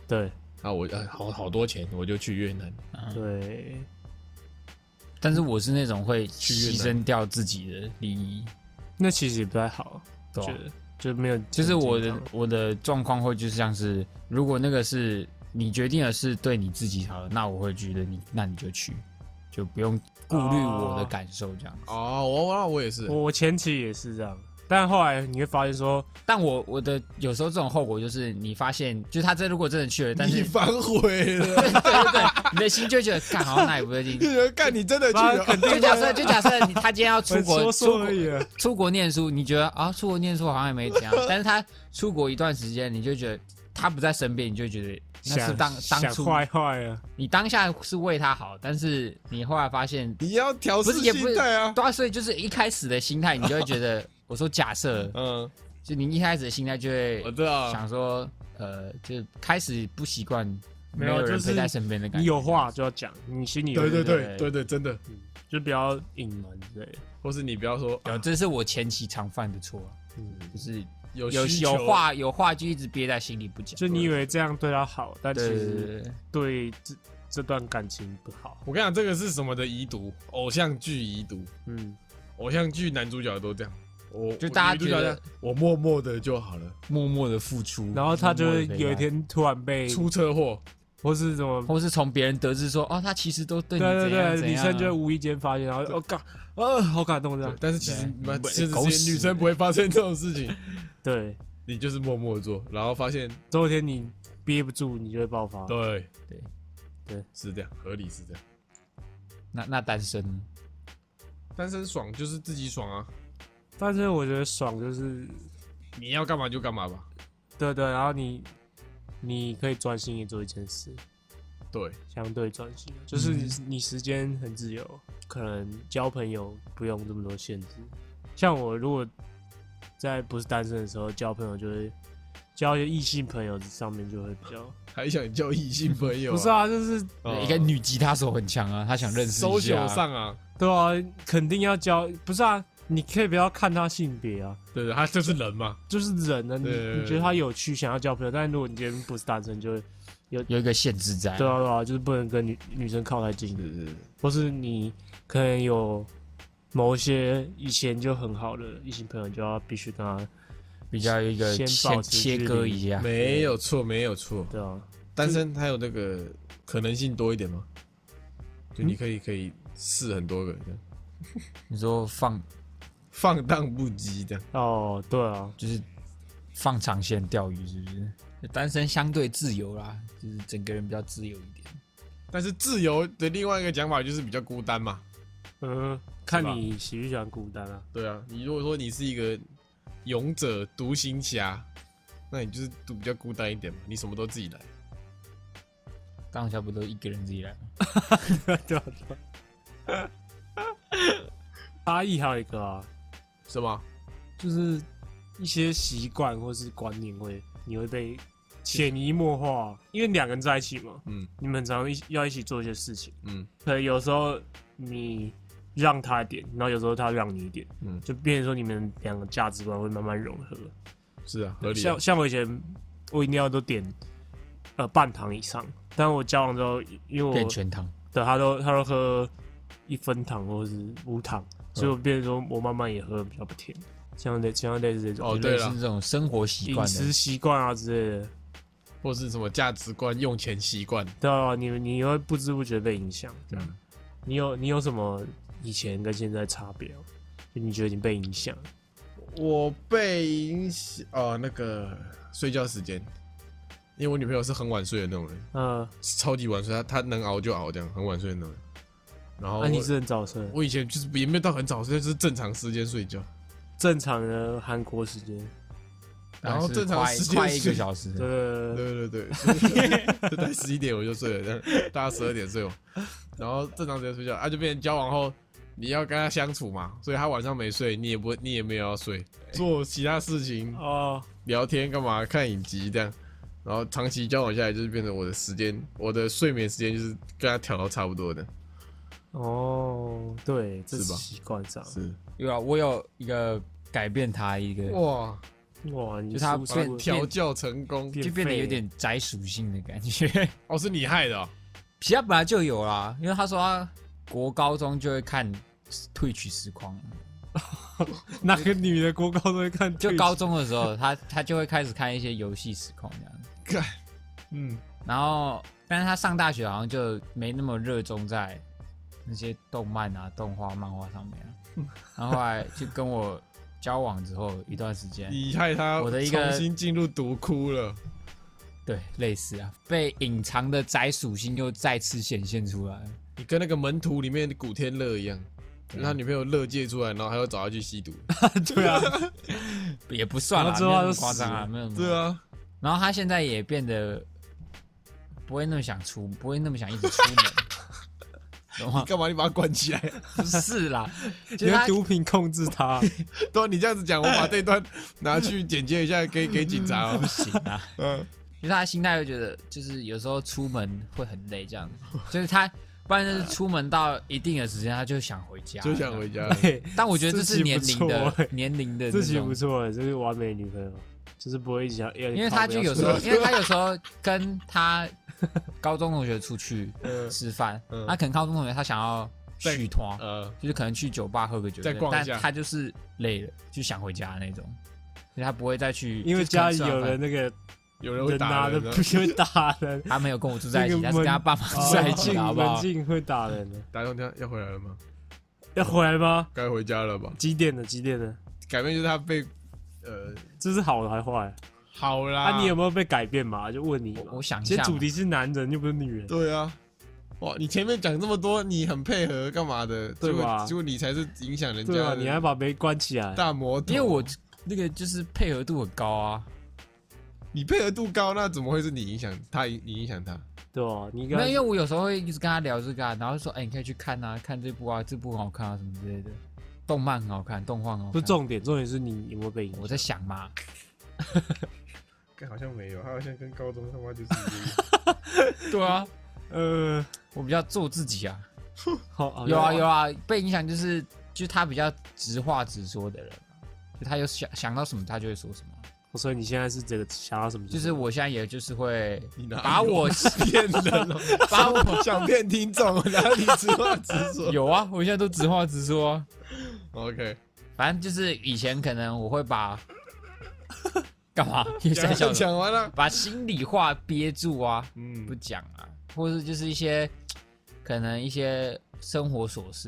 对
啊，我啊好好多钱，我就去越南。
对，
但是我是那种会
越
牺
南
牲掉自己的利益，
那其实也不太好，
对
觉
啊
得就没有。
就是我的我的状况会就是像是，如果那个是你决定的是对你自己好的，那我会觉得你那你就去，就不用顾虑我的感受这样。
哦，我那我也是，
我我前期也是这样，但后来你会发现说，
但我我的有时候这种后果就是你发现，就是他真如果真的去了，但
你
是对
反悔 了，
对对，你的心就会觉得干好像哪里不 对劲。
干你真的去
妈
了，
肯定
就假设就假设你他今天要出国
说
出
说
国
而已啊。
出国念书，你觉得啊出国念书好像也没怎样，但是他出国一段时间，你就觉得他不在身边，你就会觉得那是
想
当当
想
初
坏坏啊，
你当下是为他好，但是你后来发现
你要调
不
试
是也不
心
是
态啊。
对啊，所以就是一开始的心态，你就会觉得，我说假设，
嗯，
就你一开始的心态就会
我知道。
想说，呃，就开始不习惯
没有
有人
就是
陪在身边的感觉。
你有话就要讲，你心里有
对对
底
对对对，真的，
就不要隐瞒之类的。
或是你不要说
有，
啊
这是我前期常犯的错啊，就是
有
有
需求啊
有，话有话就一直憋在心里不讲。
啊就你以为这样对他好，但其
对对对
实
对对
对这这段感情不好。
我跟你讲，这个是什么的遗毒？偶像剧遗毒，
嗯，
偶像剧男主角都这样。我
就大家
我女主角
觉得
这样我默默的就好了，
默默的付出，
然后他就
默默
会
地陪
有一
伴，
天突然被，
出车祸，
或是什么，
或是从别人得知说，哦，他其实都对
对
你
对
怎样
对，
怎
女
样。啊
生就会无意间发现，然后我靠，呃，好感动这
对
样。
但是其实
对
妈
不
其实
狗屎
女生不会发生这种事情，
对，
你就是默默地做，然后发现
总有一天你憋不住，你就会爆发。
对
对
对
是这样，合理是这样。
那那单身呢，
单身爽就是自己爽啊，
但是我觉得爽就是，
你要干嘛就干嘛吧。
对对，然后你你可以专心的做一件事，
对，
相对专心，就是你
嗯
你时间很自由，可能交朋友不用这么多限制。像我如果在不是单身的时候交朋友，就会交一些异性朋友，上面就会比较
还想交异性朋友、
不是，啊，就是
哦
一个女吉他手很强啊，她想认识一下
social 上啊，
对啊，肯定要交，不是啊，你可以不要看他性别啊，
对对，他就是人嘛，
就是人啊，你
对对对
你觉得他有趣，想要交朋友，但是如果你今天不是单身，就会
有一个限制在。
对啊对啊，就是不能跟女女生靠太近，
对对
或是你可能有某一些以前就很好的异性朋友，就要必须跟他，
比较一个
先保
先
持
切
距
割
离
一下。
没有错，没有错。
对啊，
单身还有那个可能性多一点吗？就你可以可以试很多个，这样
你说放
放荡不羁这样。
哦，对啊，
就是放长线钓鱼，是不是？单身相对自由啦，就是整个人比较自由一点。
但是自由的另外一个讲法就是比较孤单嘛。
嗯，看你喜不喜欢孤单啊，
对啊，你如果说你是一个勇者、独行侠，那你就是独比较孤单一点嘛，你什么都自己来。
当下不都一个人自己来吗？
对啊对啊。差异还有一个啊，
是吗？
就是一些习惯或是观念会，你会被潜移默化，因为两个人在一起嘛，
嗯
你们很常一起要一起做一些事情，
嗯，
可能有时候你让他一点，然后有时候他让你一点，
嗯
就变成说你们两个价值观会慢慢融合。
是啊，合理啊
像。像我以前我饮料都点呃半糖以上，但我交往之后，因为我
变全糖，
对他都他都喝一分糖或者是无糖，
嗯
所以我变成说我慢慢也喝比较不甜，像类像类似这种
哦
就
对
类似
了
这种生活习
饮
惯的
食。习惯啊之类的，
或是什么价值观、用钱习惯，
对啊，你你会不知不觉被影响。这样，
嗯
你有你有什么以前跟现在差别吗？就你觉得你被影响？
我被影响哦，那个睡觉时间，因为我女朋友是很晚睡的那种人，
呃，
超级晚睡，她她能熬就熬，这样很晚睡的那种人。然
那、
后哦我,、
啊你是很早睡，
我以前就是也没有到很早睡，就是正常时间睡觉。
正常的韩国时间，
但
然后
是
正常
快
时间
快一
睡
个小时，
对对
对对 对，就在十一点我就睡了，这样大家十二点睡我，哦然后正常时间睡觉啊，就变成交往后你要跟她相处嘛，所以她晚上没睡，你也不你也没有要睡，做其他事情
哦，
聊天干嘛，看影集这样，然后长期交往下来，就是变成我的时间，我的睡眠时间就是跟他调到差不多的。
哦，对，这
是吧
习惯上，
是
对啊，我有一个改变他一个，
哇，
哇，你
就他
是不是
把
变
它调教成功
变
就变得
废
有点宅属性的感觉。
哦，是你害的、哦，
皮亚本来就有啦，因为他说他国高中就会看 Twitch 实况，
哪个女的国高都会看，
就高，中的时候，他他就会开始看一些游戏实况这样。
干
嗯，
然后，但是他上大学好像就没那么热衷在那些动漫啊、动画、漫画上 面、啊。然后后来就跟我交往之后一段
哎
时间，
你害他，
我的一个
重新进入毒窟了。
对，类似啊，被隐藏的宅属性又再次显现出来了。
你跟那个门徒里面的古天乐一样，
嗯
他女朋友乐界出来，然后还要 找他去吸毒。
对啊，
也不算
然后
了，没
之后他
有那么
就
夸张
死
啊，
了
没有那么
对啊，
然后他现在也变得不会那么想出，不会那么想一直出 门，懂吗
你？干嘛？你把它关起来？
不是啦，
因
就是
为
他
毒品控制他，
对啊，你这样子讲，我把这段拿去剪接一下，给给警 察哦
不。行啊，
嗯，
就是他心态会觉得，就是有时候出门会很累，这样， 就是他。不然就是出门到一定的时间，他就想回家，
就想 回。家了。
对，
但我觉得这
自
是
己
年
不
龄
错
的
欸
年龄的那
这期
种
不错欸，这是完美女朋友，就是不会一直想，因
因为他就有时候，因为他有时候跟他高中同学出去
嗯
吃饭，
嗯
他可能高中同学他想要续团，
嗯
呃，
就是可能去酒吧喝个酒，
再逛一
但
下
他就是累了，就想回家那种，所以他不会再去，
因为
就
家里
是可能吃完
有
饭
人，那个
有人会
人
打
拿的
人啊，
不 会打人，
他没有跟我住在一
那
起，
个
他是跟他爸 妈住在一
门
起
禁
的，好不好
门？禁会打人的。
打电话要回来了吗？
要回来吗？
该回家了吧？
几点了？几点了？
改变就是他被呃，
这是好的还坏？
好啦。
啊，你有没有被改变嘛？就问你嘛。
我想一
今
下
天
嘛，
主题是男人，又不是女人。
对啊，哇，你前面讲这么多，你很配合干嘛的？
对
结果
吧
结果你才是影响人家
对啊，
的
你还把门关起来。
大魔头，啊
哎因为我那个就是配合度很高啊，
你配合度高，那怎么会是你影响他？你影响他？
对啊，你应
没有，
该
因为我有时候会一直跟他聊这个啊，然后就说，哎，你可以去看啊，看这部啊，这部很好看啊，什么之类的，动漫很好看，动画很好看。
不是重点，重点是你有没有被影响
我。在想嘛，
好像没有，他好像跟高中他妈就是
对啊，
呃，
我比较做自己啊。
好，好
有啊有
啊，
啊，被影响就是就是他比较直话直说的人，啊就他有想想到什么他就会说什么。
哦所以你现在是这个想要什么？
就是我现在也就是会
你哪有
把我
骗人哦，
把我
想骗听众，哪里直话直说
有啊，我现在都直话直说啊。
？OK，
反正就是以前可能我 会把干嘛？你在
讲
笑什么？
讲完了，
把心里话憋住啊，不
嗯，
讲啊，或是就是一些可能一些生活琐事，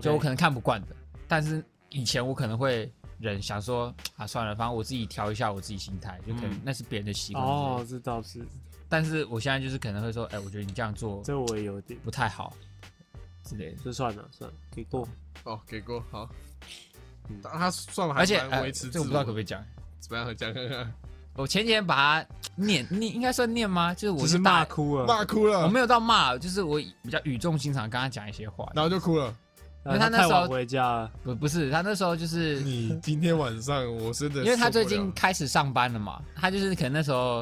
就我可能看不惯的，但是以前我可能会忍，想说啊算了，反正我自己调一下我自己心态，就可能
嗯
那是别人的习惯。
哦，，这倒是，
但是我现在就是可能会说，哎、我觉得你这样做
这我也有点，
不太好之类的。
就算了算了，给过。
哦，给过好
嗯。
但他算了，
而且、
还蛮
呃
维持自
这我
我，
不知道可不可以讲。
怎么样讲看看，
我前几天把它念，你应该算念吗？就是我
就是是
大
骂，哭了，
骂哭
我
了，
没有到骂，就是我比较语重心长跟他讲一些话。
然后就哭了。
然后
因为他那
太
时候
晚回家了，
不不是他那时候就是
你今天晚上我真的受不了，
因为他最近开始上班了嘛，他就是可能那时候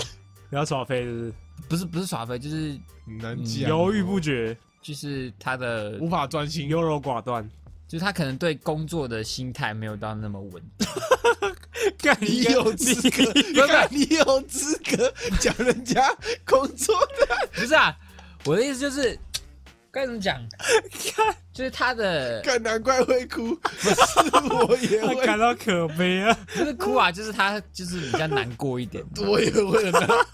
不要耍飞，是不是？
不是不是耍飞，就是
很难
嗯
讲，哦
犹豫不决，
就是他的
无法专心。
优柔寡断。
就是他可能对工作的心态没有到那么稳定，
干
你有资格？你看你有资格讲人家工作的？
不是啊，我的意思就是该怎 么讲，就是他的
看难怪会哭，是我 也
他感
会，
到可悲啊！
不是哭啊，就是他就是比较难过一点。
我也会的。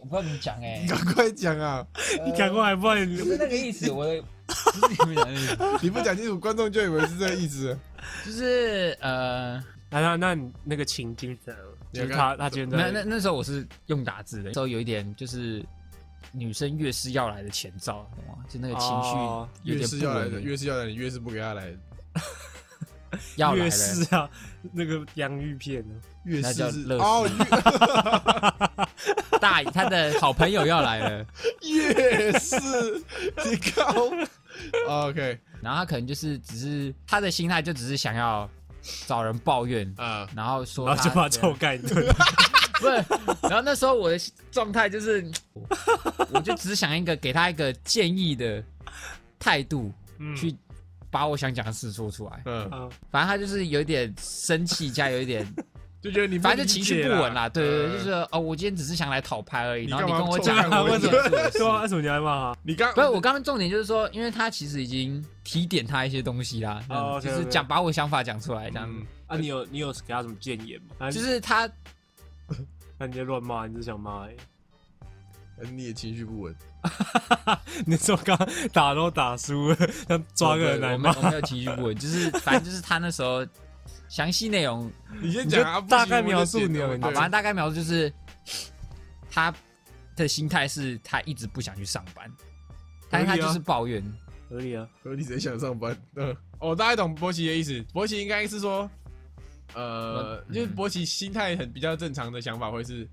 我不知道怎么讲哎、
赶快讲啊！
你赶快，不然
不是那个意思，我的不是你们讲的意思，
你不讲清楚，观众就以为是这个意思。
就是呃，
那那那你那个情境怎样？
你
就
要
是
看
他他现
那那
在
那时候我是用打字的，那时候有一点就是女生越是要来的前兆，懂吗？就那个情绪
哦
有
越
点
是
不
要来
稳
的，
定
越是要来的，越是不给他来的。
要来
越
了，
是啊，那个洋芋片呢？
越
那叫
是是
乐
哦，
大他的好朋友要来了，
越 越是你靠。OK
然后他可能就是只是他的心态就只是想要找人抱怨，
啊，
然后说
然后就
他
把臭干一顿。
不是，然后那时候我的状态就是，我就只想一个给他一个建议的态度，
嗯
去把我想讲的事说出来。
嗯，
啊，
反正他就是有一点生气加有一点，
就觉得你
反正就情绪不稳啊啦。对对对，就是
是
哦，我今天只是想来讨拍而已，
你
然后你
干
跟
嘛
我
臭
讲
干
我
我
跟 你讲这个事
对啊，为什么你还骂
你刚
不是，我刚刚重点就是说，因为他其实已经提点他一些东西啦，这样子
哦
就是
OK，OK
讲把我想法讲出来这样子。
嗯
他？啊，你有你有给他什么建言吗？还
就是是他
那啊你在乱骂，你只想骂而已。
你也情绪不稳。
你说刚刚打都打输了，想抓个人来
我没
骂
有，我没有情绪不稳，就是反正就是他那时候详细内容，
你先
你
讲
就
啊，不
大
行
概
我就
描述
剪
你
了
有
我
你
好，
对
反正大概描述就是他的心态是他一直不想去上班，但是他
合理啊
就是抱怨，
合理啊？
合理谁想上班？嗯，哦，大家懂波奇的意思。波奇应该是说，呃，就是博奇心态很比较正常的想法会是，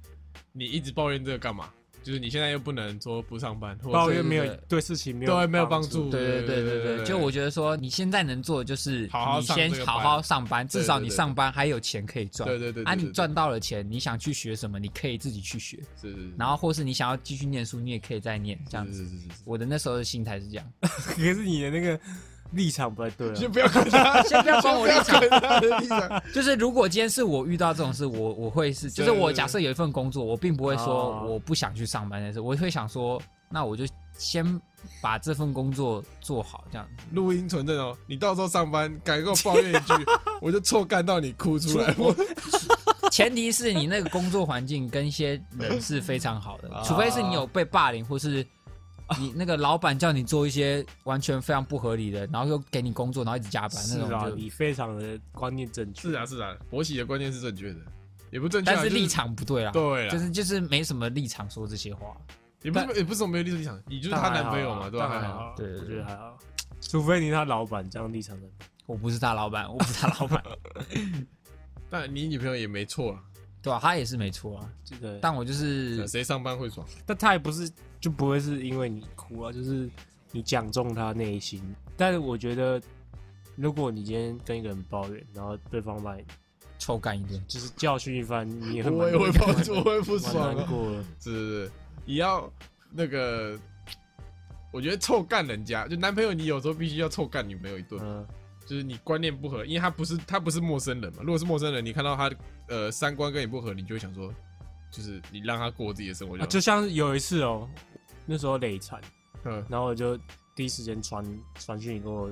你一直抱怨这个干嘛？就是你现在又不能说不上班，或者
抱
是
怨没有
对
对事情没有
对没有帮
助，
助，
对
对
对对对对，就我觉得说，你现在能做的就是
好好
你
上
先
这个
好
班
好上班，至
对
少
对
你
对
上班还有钱可以赚。
对对对对
啊，你
对嗯
赚到了钱，你想去学什么，你可以自己去学，
是是
然后或是你想要继续念书，你也可以再念这样
是
子。
是是是是，
我的那时候的心态是这样，
可是你的那个立场不太对啊。
先不要管他，
先不要管我立场
先不要管他的立场，
就是如果今天是我遇到这种事，我我会是，就是
对对
我
对
假设有一份工作，我并不会说
哦
我不想去上班但是我会想说，那我就先把这份工作做好，这样子。
录音存证哦，你到时候上班敢给我抱怨一句，我就臭干到你哭出来。我
前提是你那个工作环境跟一些人是非常好的
啊，
除非是你有被霸凌，或是你那个老板叫你做一些完全非常不合理的，然后又给你工作，然后一直加班
是
那
啊，
种就，
你非常的观念正确。
是啊是啊，博喜的观念是正确的，也不正确啊，
但是
就
立场不对啊，
对啦
就是就是没什么立场说这些话，
也不是也不是我没有立场，你就是
但
她
还
男
好啊
朋友嘛，对吧？
但还
还
好
好，
啊，
对对
我
对
觉得还好。除非你是他老板，这样立场的。
我不是他老板，我不是他老板，
但你女朋友也没错啊，
对吧、他也是没错啊，
这个，但
但我就是
谁上班会爽？
但他也不是就不会是因为你哭啊，就是你讲中他内心。但是我觉得，如果你今天跟一个人抱怨，然后对方把你
臭干一顿。
就是教训一番，你也会
我
蛮
也会 抱住，我也不爽
蛮难
啊。
过的。嗯
是是是，也要那个，我觉得臭干人家，就男朋友你有时候必须要臭干女朋友一顿，
嗯，
就是你观念不合，因为他不是他不是陌生人嘛。如果是陌生人，你看到他呃三观跟你不合，你就会想说，就是你让他过自己的生活
啊
就好，
就像是有一次哦，那时候累惨，
嗯，
然后我就第一时间传传讯息跟我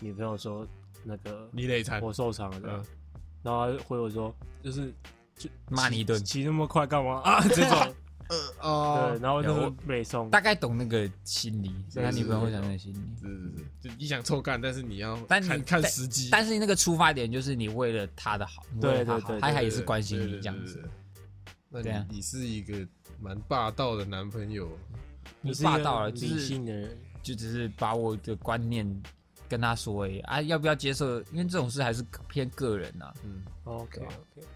女朋友说，那个
你累惨，
我受伤了这样
嗯，
然后她回我说，就是就
骂你一顿
骑骑那么快干嘛 啊？这 种对，
哦，
然后就
有
是
我
北送，
大概懂那个心理，
是
他女朋友会讲那个心理，
是是是，就你想臭干，但是你要
但你
看看时机，
但是那个出发点就是你为了他的好，你为了他
对对对
好，他还
对
也是关心
对
你
对
这样
对
子
对。那
对啊
你你是一个蛮霸道的男朋友，
你是一
霸
个
道了就
理
是
性的人，
就只是把我的观念跟他说而已啊，要不要接受？因为这种事还是偏个人呐、啊，
嗯，
OK OK，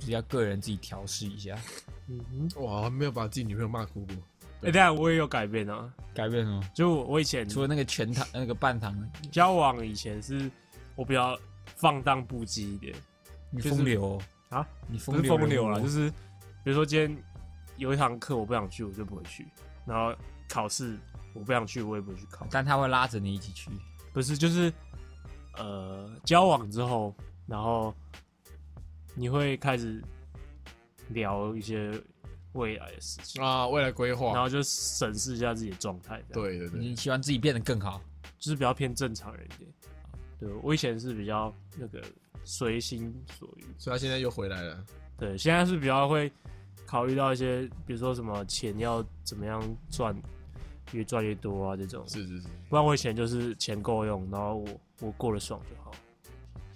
就是要个人自己调试一下。
嗯哼，
哇，没有把自己女朋友骂哭过，
哎，当然我也有改变啊，
改变什么？
就我我以前
除了那个全糖、那个半糖，
交往以前是我比较放荡不羁一点
你
就是
风流哦
啊，
你
不
风
是
流
风流啦，就是是比如说今天有一堂课我不想去，我就不会去，然后考试我不想去，我也不会去考，
但他会拉着你一起去。
不是就是呃交往之后，然后你会开始聊一些未来的事情，
啊，未来规
然
划，
后就审视一下自己的状态，这样，
对对对，
你希望自己变得更好，
就是比较偏正常人一点。对我以前是比较那个随心所欲，
所以他现在又回来了，
对，现在是比较会考虑到一些，比如说什么钱要怎么样赚，越赚越多啊这种。
是是是，
不然我以前就是钱够用，然后我我过得爽就好。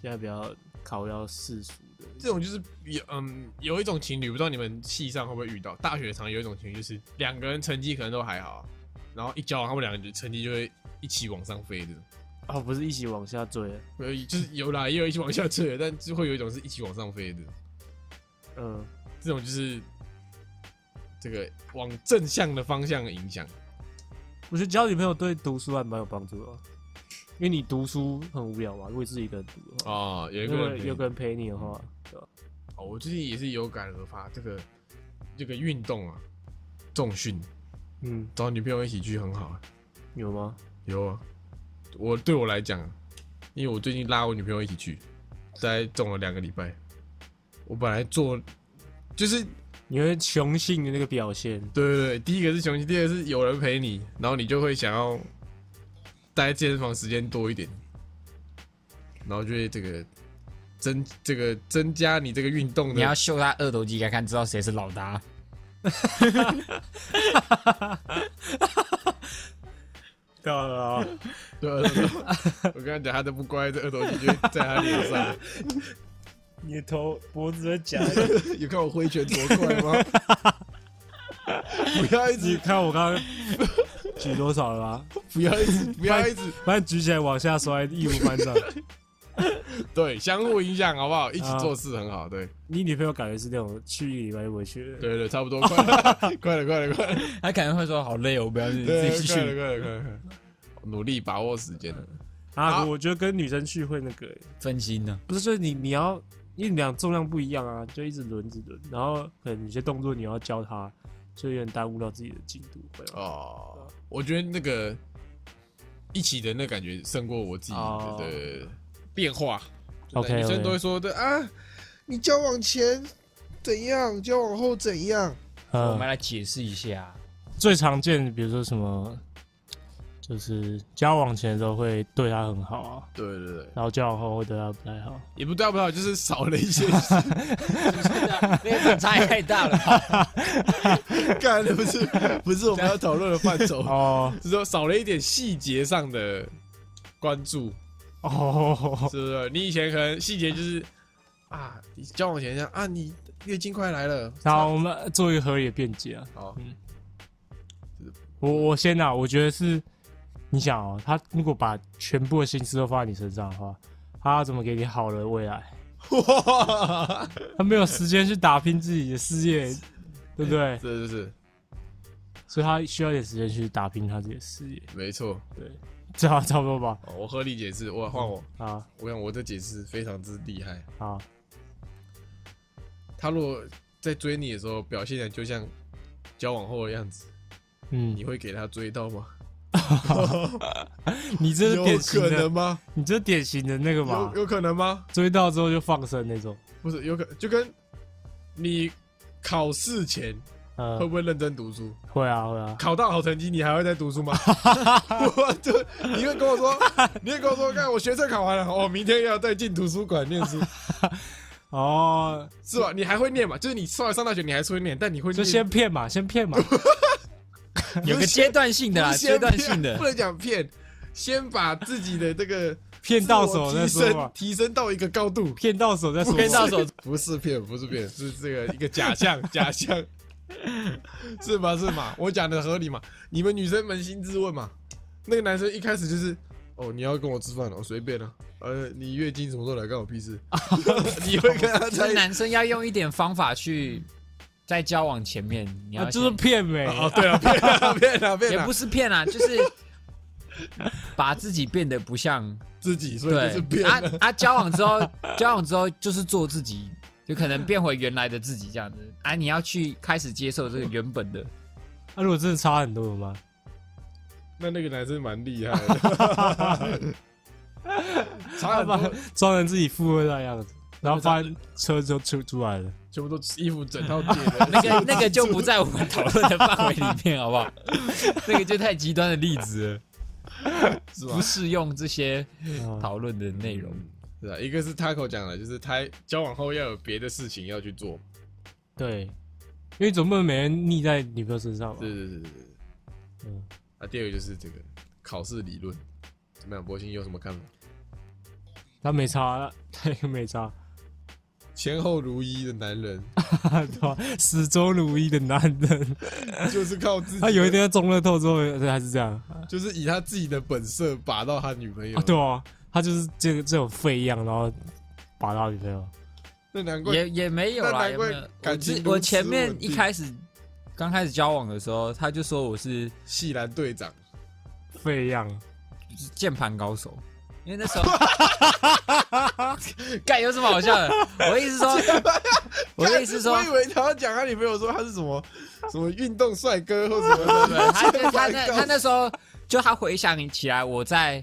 现在比较考虑到世俗的一些，
这种就是有嗯有一种情侣，不知道你们系上会不会遇到，大学常有一种情侣就是两个人成绩可能都还好，然后一交往他们两个人成绩就会一起往上飞这种。
哦，不是一起往下追了，
呃，就是有啦，也有一起往下坠，但就会有一种是一起往上飞的，
嗯，
这种就是这个往正向的方向影响。
我觉得交女朋友对读书还蛮有帮助的哦，因为你读书很无聊嘛，如果自己一个人读的话，
哦，有一
如
个
果
人陪
有个人嗯陪你的话，对吧？
哦，我最近也是有感而发，这个这个运动啊，重训
嗯，
找女朋友一起去很好啊，
有吗？
有啊。我对我来讲啊，因为我最近拉我女朋友一起去，大概重了两个礼拜。我本来做就是
你会雄性的那个表 现，
对对对，第一个是雄心，第二个是有人陪你，然后你就会想要待在健身房时间多一点，然后就会这个增这个增加你这个运动的。
你要秀他二头肌给他看，知道谁是老 大。
对啊，
对对对 我跟他讲，他都不乖，这二头肌就会在他脸上。
你的头脖子的夹。
有看我挥拳多快 吗？不要一
你
直，
看我刚刚举多少了吧？
不要一直，不要一直，
把你举起来往下摔，义无反掌。
对，相互影响，好不好？一起做事很好，对，
你女朋友感觉是那种去一个礼拜就回去了，
对对，差不多，快了， 快了，快了，快了，
他可能会说好累哦，我不要你自
对，
己继
快了，
续
快了，快了，快了努力把握时间。
啊，
好
我觉得跟女生去会那个欸、
分心呢。
不是，就是你你要，因为你俩重量不一样啊，就一直轮一直轮，然后可能有些动作你要教她，就有点耽误到自己的进度，会吧？
哦，我觉得那个一起的那感觉胜过我自己
哦
的的变化。
OK，
女生
OK
都会说的啊，你交往前怎样，交往后怎样。
我
嗯
们，来解释 一下，
最常见的比如说什么，就是交往前的时候会对她很好啊，
对对对，
然后交往后会对她不太好。
也不对不好，就是少了一些
那个反差也太大了吧？
干的，不是 不是我们要讨论的范 畴，
哦
是说少了一点细节上的关注，
哦，
是不是？你以前可能细节就是啊，你交往前这样啊，你月经快 来了，
然后我们做一个合理的辩解啊。
好
我我先啊，我觉得是，你想哦，他如果把全部的心思都放在你身上的话，他要怎么给你好的未 来？
哇，
他没有时间去打拼自己的事业，对不对？
这就是
所以他需要一点时间去打拼他自己的事业，
没错。
这样差不多吧？
哦我合理解释，我换我，
啊，
我想我的解释非常之厉害。
好，
他如果在追你的时候表现的就像交往后的样子，
嗯
你，会给他追到吗？
你 这是典型
有可
的
能，吗？
你这典型的那个嘛
有，有可能吗？
追到之后就放生那种，
不是，有可就跟你考试前
呃
会，不会认真读书？
会啊会啊，
考到好成绩，你还会再 读书吗？我就你会跟我说，你会跟我说，看我学测考完了，我、明天要再进图书馆念书，
哦，
是吧？你还会念嘛？就是你后来上大学，你还是会念，但你会
就
念
先骗嘛，先骗嘛，
有个阶段性的啦，
不是
啊阶
先
段
骗
性的
不。能讲骗，先把自己的这个
骗到手
自我
再
提
说嘛
升，提升到一个高度，
骗到手再说嘛，
骗到手
不是骗，不是骗，是这个一个假 象，假象，是吗？是吗？我讲的合理嘛？你们女生扪心自问嘛，那个男生一开始就是。哦，你要跟我吃饭哦，随便啊。呃，你月经什么时候来，干我屁 事。你会跟他
就
在
是
一起？
男生要用一点方法去在交往前面，你要
啊，
先、
就是骗美，
哦，对了， 骗了，骗了，骗
啊也
了
不，是 骗啊，就是把自己变得不像
自己，所以就是
对
骗
啊
了。
啊！交往之后， 交往之后就是做自己，就可能变回原来的自己这样子啊！你要去开始接受这个原本 的，
那啊如果真的差很多怎 么办？
那那个男生蛮厉害的， 差
他
很
把
多，
装成自己富二代样子，然后发现车就出出来了，
全部都衣服整套借 的。
那个那个就不在我们讨论的范围里面，好 不好？那个就太极端的例子了，
是啊吧
不？适用这些
嗯
讨论的内容。
是啊，一个是 Taco 讲的，就是他交往后要有别的事情要去做。
对，因为总不能每天腻在女朋友身上吧？
对对对对对。
嗯，
啊，第二个就是这个考试理论，怎么样？博鑫有什么看法？
他没差，他又没差，
前后如一的男 人
对吧？始终如一的男人，
就是靠自己的，
他有一天他中乐透之后还是这样啊，
就是以他自己的本色把到他女朋友。
对啊，他就是这个这种废样，然后拔到女朋友，
那难怪
也也没有
那
啦，
难
也
怪
没有。我
感情
之
如
我
此
前面
稳
一
定
开始刚开始交往的时候，他就说我是
系篮队长，
废样，
键盘高手，因为那 时候，干有什么好笑的？我的意 思说，我的 意思说
我以，为他要讲啊他女朋友说他是什么什么运动帅哥或什么的，
他就 他那他那时候就他回想起来，我在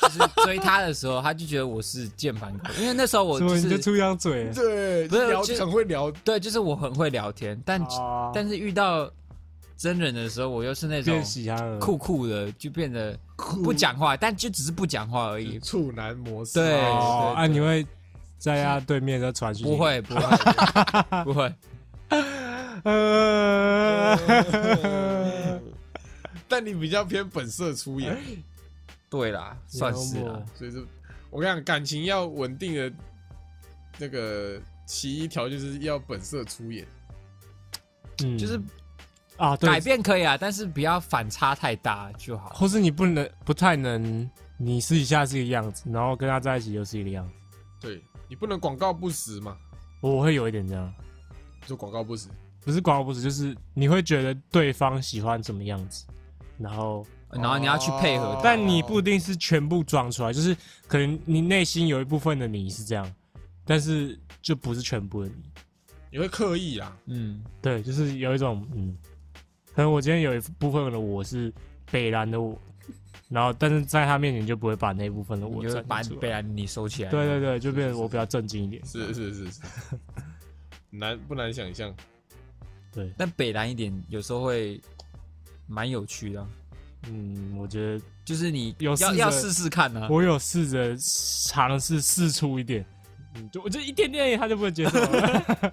就是追他的时候，他就觉得我是键盘高手，因为那时候我
所
就
以你就是出一张嘴
对，
不是
聊
就
很会聊，
对，就是我很会聊天，但
啊，
但是遇到真人的时候，我又是那种
变喜他了，
酷酷的，就变得不讲话，但就只是不讲话而
嗯
已，
处男模式。
对
哦，
对
啊，你会在他对面的传讯息
不，会不会 不会。
呃，
但你比较偏本色出演，
对啦， 算是啊
幽
啦、
默
所以是我跟你讲，感情要稳定的那个其一条就是要本色出演，
嗯
就是
啊，对
改变可以啊，但是不要反差太大就好。
或是你不能不太能你私底下是一个样子，然后跟他在一起又是一个样子，
对你不能广告不实嘛，
我会有一点这样，
就广告不实。
不是广而不实，就是你会觉得对方喜欢什么样子，然后
然后你要去配合
哦
他。
但你不一定是全部装出来，就是可能你内心有一部分的你是这样，但是就不是全部的你。
你会刻意啊，
嗯，
对，就是有一种嗯，可能我今天有一部分的我是北兰的我，然后但是在他面前就不会把那部分的
我
我
就
展
把
现出
贝
来。
兰你收起来。
对对对，就变得我比较正经一点。
是是是 是，难不难想象？
对，
但北蓝一点有时候会蛮有趣的啊、
嗯，我觉得
就是你
有试
要
着
要试试看啊。
我有试着尝试试出一点，嗯，就我就一点点，他就不能接受 了。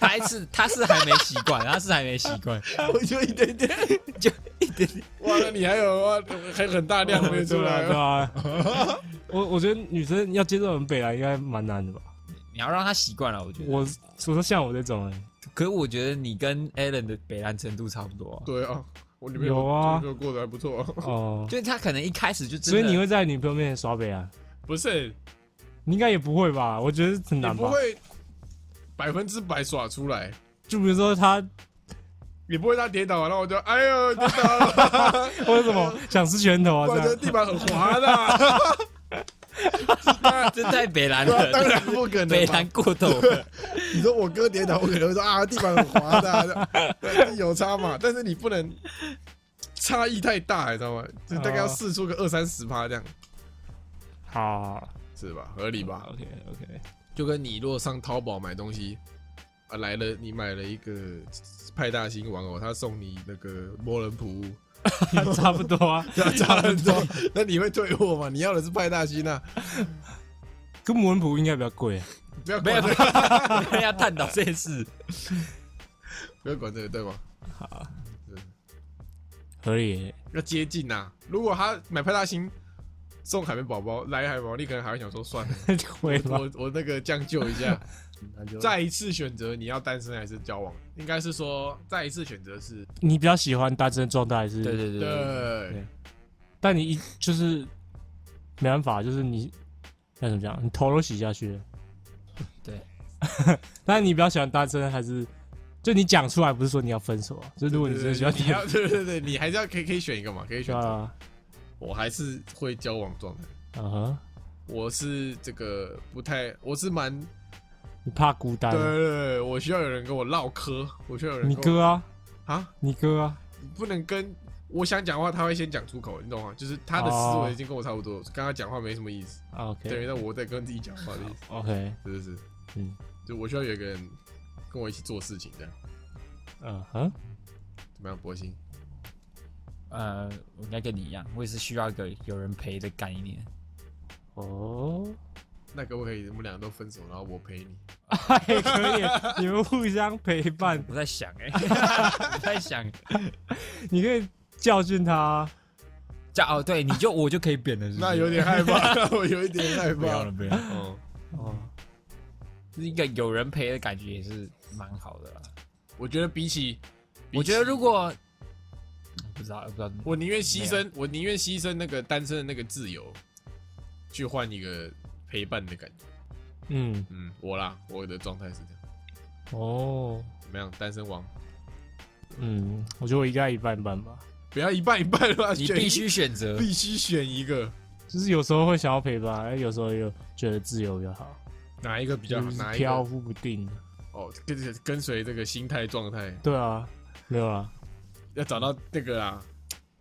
他是他是还没习惯，他是还没习惯。
我就一点点，
就一点点。
哇，那你还有哇，还很大量没出来
对啊。对啊我我觉得女生要接受我们北兰应该蛮难的吧？
你要让他习惯了，我觉得。
我我说像我这种欸人，
可是我觉得你跟 Alan 的北兰程度差不多、啊，
对啊，我女朋友
有啊
我女朋友过得还不错、啊。
哦，
就是他可能一开始 就真
所
的
以你会在女朋友面前耍北兰？
不是，
你应该也不会吧？我觉得很
你
难
不
吧？
会百分之百耍出来，
就比如说 他
你不会他跌倒，然后我就哎呦跌倒 了，
为什么想吃拳头啊？
我
这
的
样
地板很滑的啊，
这太北 兰
对啊 当
了，
然不可能
北
嘛
兰。过头了。
你说我哥跌倒，我可能会说啊地板很滑的啊，对有差嘛？但是你不能差异太大，你知道吗？就大概要试出个二三十趴这样，
好
是吧？合理吧？
，OK OK，
就跟你如果上淘宝买东西，啊来了，你买了一个派大星玩偶，他送你那个魔人 普乌，
差不多啊，
那差很多，那你会退货吗？你要的是派大星啊，
跟摩恩普应该比较贵啊。
不要
没
管
有，
这
没
个，
有要探讨这件事。
不要管这个，对吗？
合理耶，
要接近呐、啊如果他买派大星送海绵宝宝来海绵宝宝，你可能还会想说 算了，
会吗？
我我那个将就一下。
那就
再一次选择你要单身还是交往，应该是说再一次选择是
你比较喜欢单身的状态还是？
对对对对，
对
但你一就是没办法，就是你要怎么讲，你头都洗下去了。
对，
但你比较喜欢单身还是？就你讲出来，不是说你要分手啊？就如果你真的喜欢
对对对你要对对对，你还是要可以可以选一个嘛，可以选
对
择。
啊，
我还是会交往状态，
嗯哼，
我是这个不太，我是蛮
你怕孤单
啊
对，对对，我需要有人跟我唠嗑，我需要有人
你
跟我
哥啊，
啊，
你哥啊，
不能跟我想讲话，他会先讲出口，你懂吗？就是他的思
哦
维已经跟我差不多，跟他讲话没什么意思，
啊
等
OK
于让我在跟自己讲话的意思，
OK，
是不是？
嗯，
就我需要有一个人跟我一起做事情，这样
嗯哼，
怎么样？博鑫，
呃，我应该跟你一样，我也是需要一个有人陪的概念。
哦，
那可不可以我们两个都分手，然后我陪 你？
还可以，你们互相陪伴，
我在想 哎、欸，我在想，
你可以教训他啊，
这样哦，对，你就我就可以扁了是不是，
那有点害怕， 那我有一点害
不要了，
怕。
不要了，
嗯，
哦，
就是一个有人陪的感觉也是蛮好的啦。
我觉得比起，比
我觉得
起
如果不知道，不知道怎么
我宁愿牺牲，我宁愿牺牲那个单身的那个自由，去换一个陪伴的感觉。
嗯，
嗯，我啦，我的状态是这样。
哦，
怎么样，单身王？
嗯，我觉得我应该一半一半吧，
不要一半一半吧，
你
选一
必须选择。
必须选一个，
就是有时候会想要陪伴，哎有时候又觉得自由比较好，
哪一个比较
就
好？
是
哪一
飘
个？
忽不定，
哦，跟跟随这个心态状态，
对啊，没有啊，
要找到那个啦。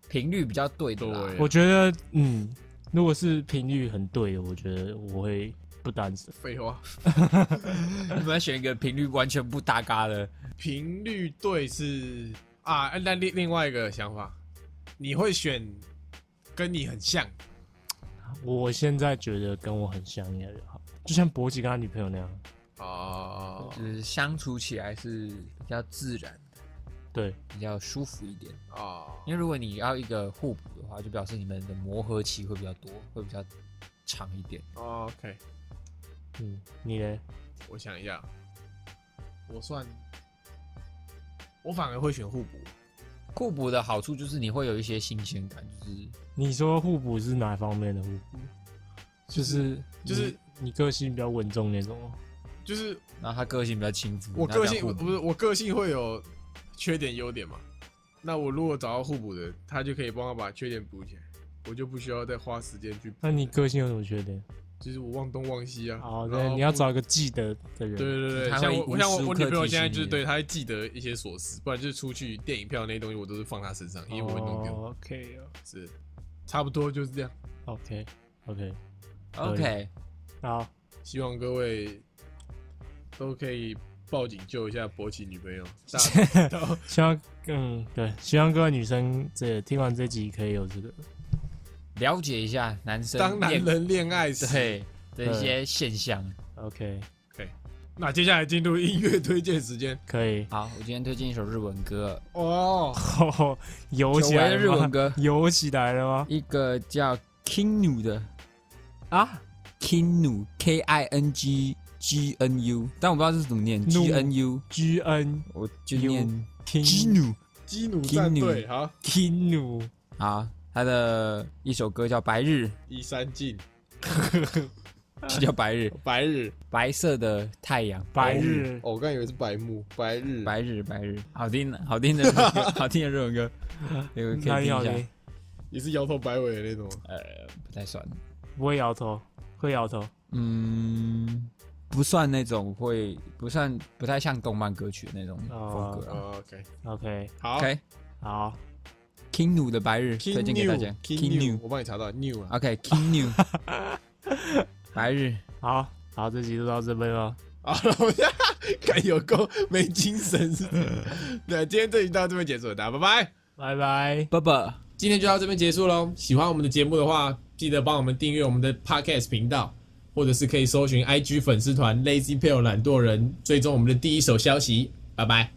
频率比较对的
对，
啦。
我觉得，嗯，如果是频率很对的，我觉得我会不单身，
废话，
你们要选一个频率完全不搭嘎的，
频率对是啊，那另另外一个想法，你会选跟你很像，
我现在觉得跟我很像应该就好，就像博吉跟他女朋友那样，
哦
就是相处起来是比较自然的，
对，
比较舒服一点。
哦，
因为如果你要一个互补的话，就表示你们的磨合期会比较多，会比较长一点。
哦 OK，
嗯，你嘞？
我想一下，我算，我反而会选互补，
互补的好处就是你会有一些新鲜感，就是
你说互补是哪方面的互补？就是
就是
你你个性比较稳重那种吗。
就是
那他个性比较轻浮。
我
嗯那这
个
样
性
互
我
补
不是我个性会有缺点优点嘛，那我如果找到互补的，他就可以帮我把缺点补起来，我就不需要再花时间去补。
那你个性有什么缺点？
就是我忘东忘西啊。
哦，
然
对，
后
你要
不
找一个记得的人。
对对对，
他
对，像
会
我，
无
我像我
时无
我
刻
女朋友
提
现在
醒
就是
你
对，她会记得一些琐事，不然就是出去电影票那些东西，我都是放她身上，因为我会弄丢。
哦 OK 哦
是，差不多就是这样。
OK OK，
OK，
好，
希望各位都可以报警救一下博奇女朋友。 大家都知道
希望嗯对，希望各位女生这听完这集可以有这个
了解一下男生
当男
恋
人恋爱 时，
对的一些现象。
OK，
那接下来进入音乐推荐时间
可 以
好，我今天推荐一首日文歌，
哦。
哦，游起来了吗
久违的日 文歌
游起来了吗？
一个叫 Kinu 的
啊，
Kinu K I N G G N U，但我不知道这是怎么念
Nu
G N U，
G N
我就念
King
Kinu
基努战队，好，
King
啊。他的一首歌叫《白日
一三进
叫《白日》，
白日，
白色的太阳，
白日
哦我刚以为是白木，白日，
白日，白日，好听的，好听的日文 歌，好听的日文歌，有可以
哪
听
里好
一下。
听？
也是摇头摆尾的那种。
呃，不太算，
不会摇头，会摇头。
嗯，不算那种会，不算不太像动漫歌曲的那种风格啊。
哦 OK，
OK，
好
OK，King
好，
Nu 的《白日》推荐给大家。
King
King
New，我帮你查到 New 啊。
Nu，OK，King Nu，白日，
好，好，这集就到这边了。
啊
好了，我现在看有够没精神 是不是。对，今天这集到这边结束了，大家拜拜。
拜拜。
爸爸，
今天就到这边结束喽。喜欢我们的节目的话，记得帮我们订阅我们的 Podcast 频道，或者是可以搜寻 IG 粉丝团 Lazy p a l e 懒惰人，追踪我们的第一手消息。拜拜。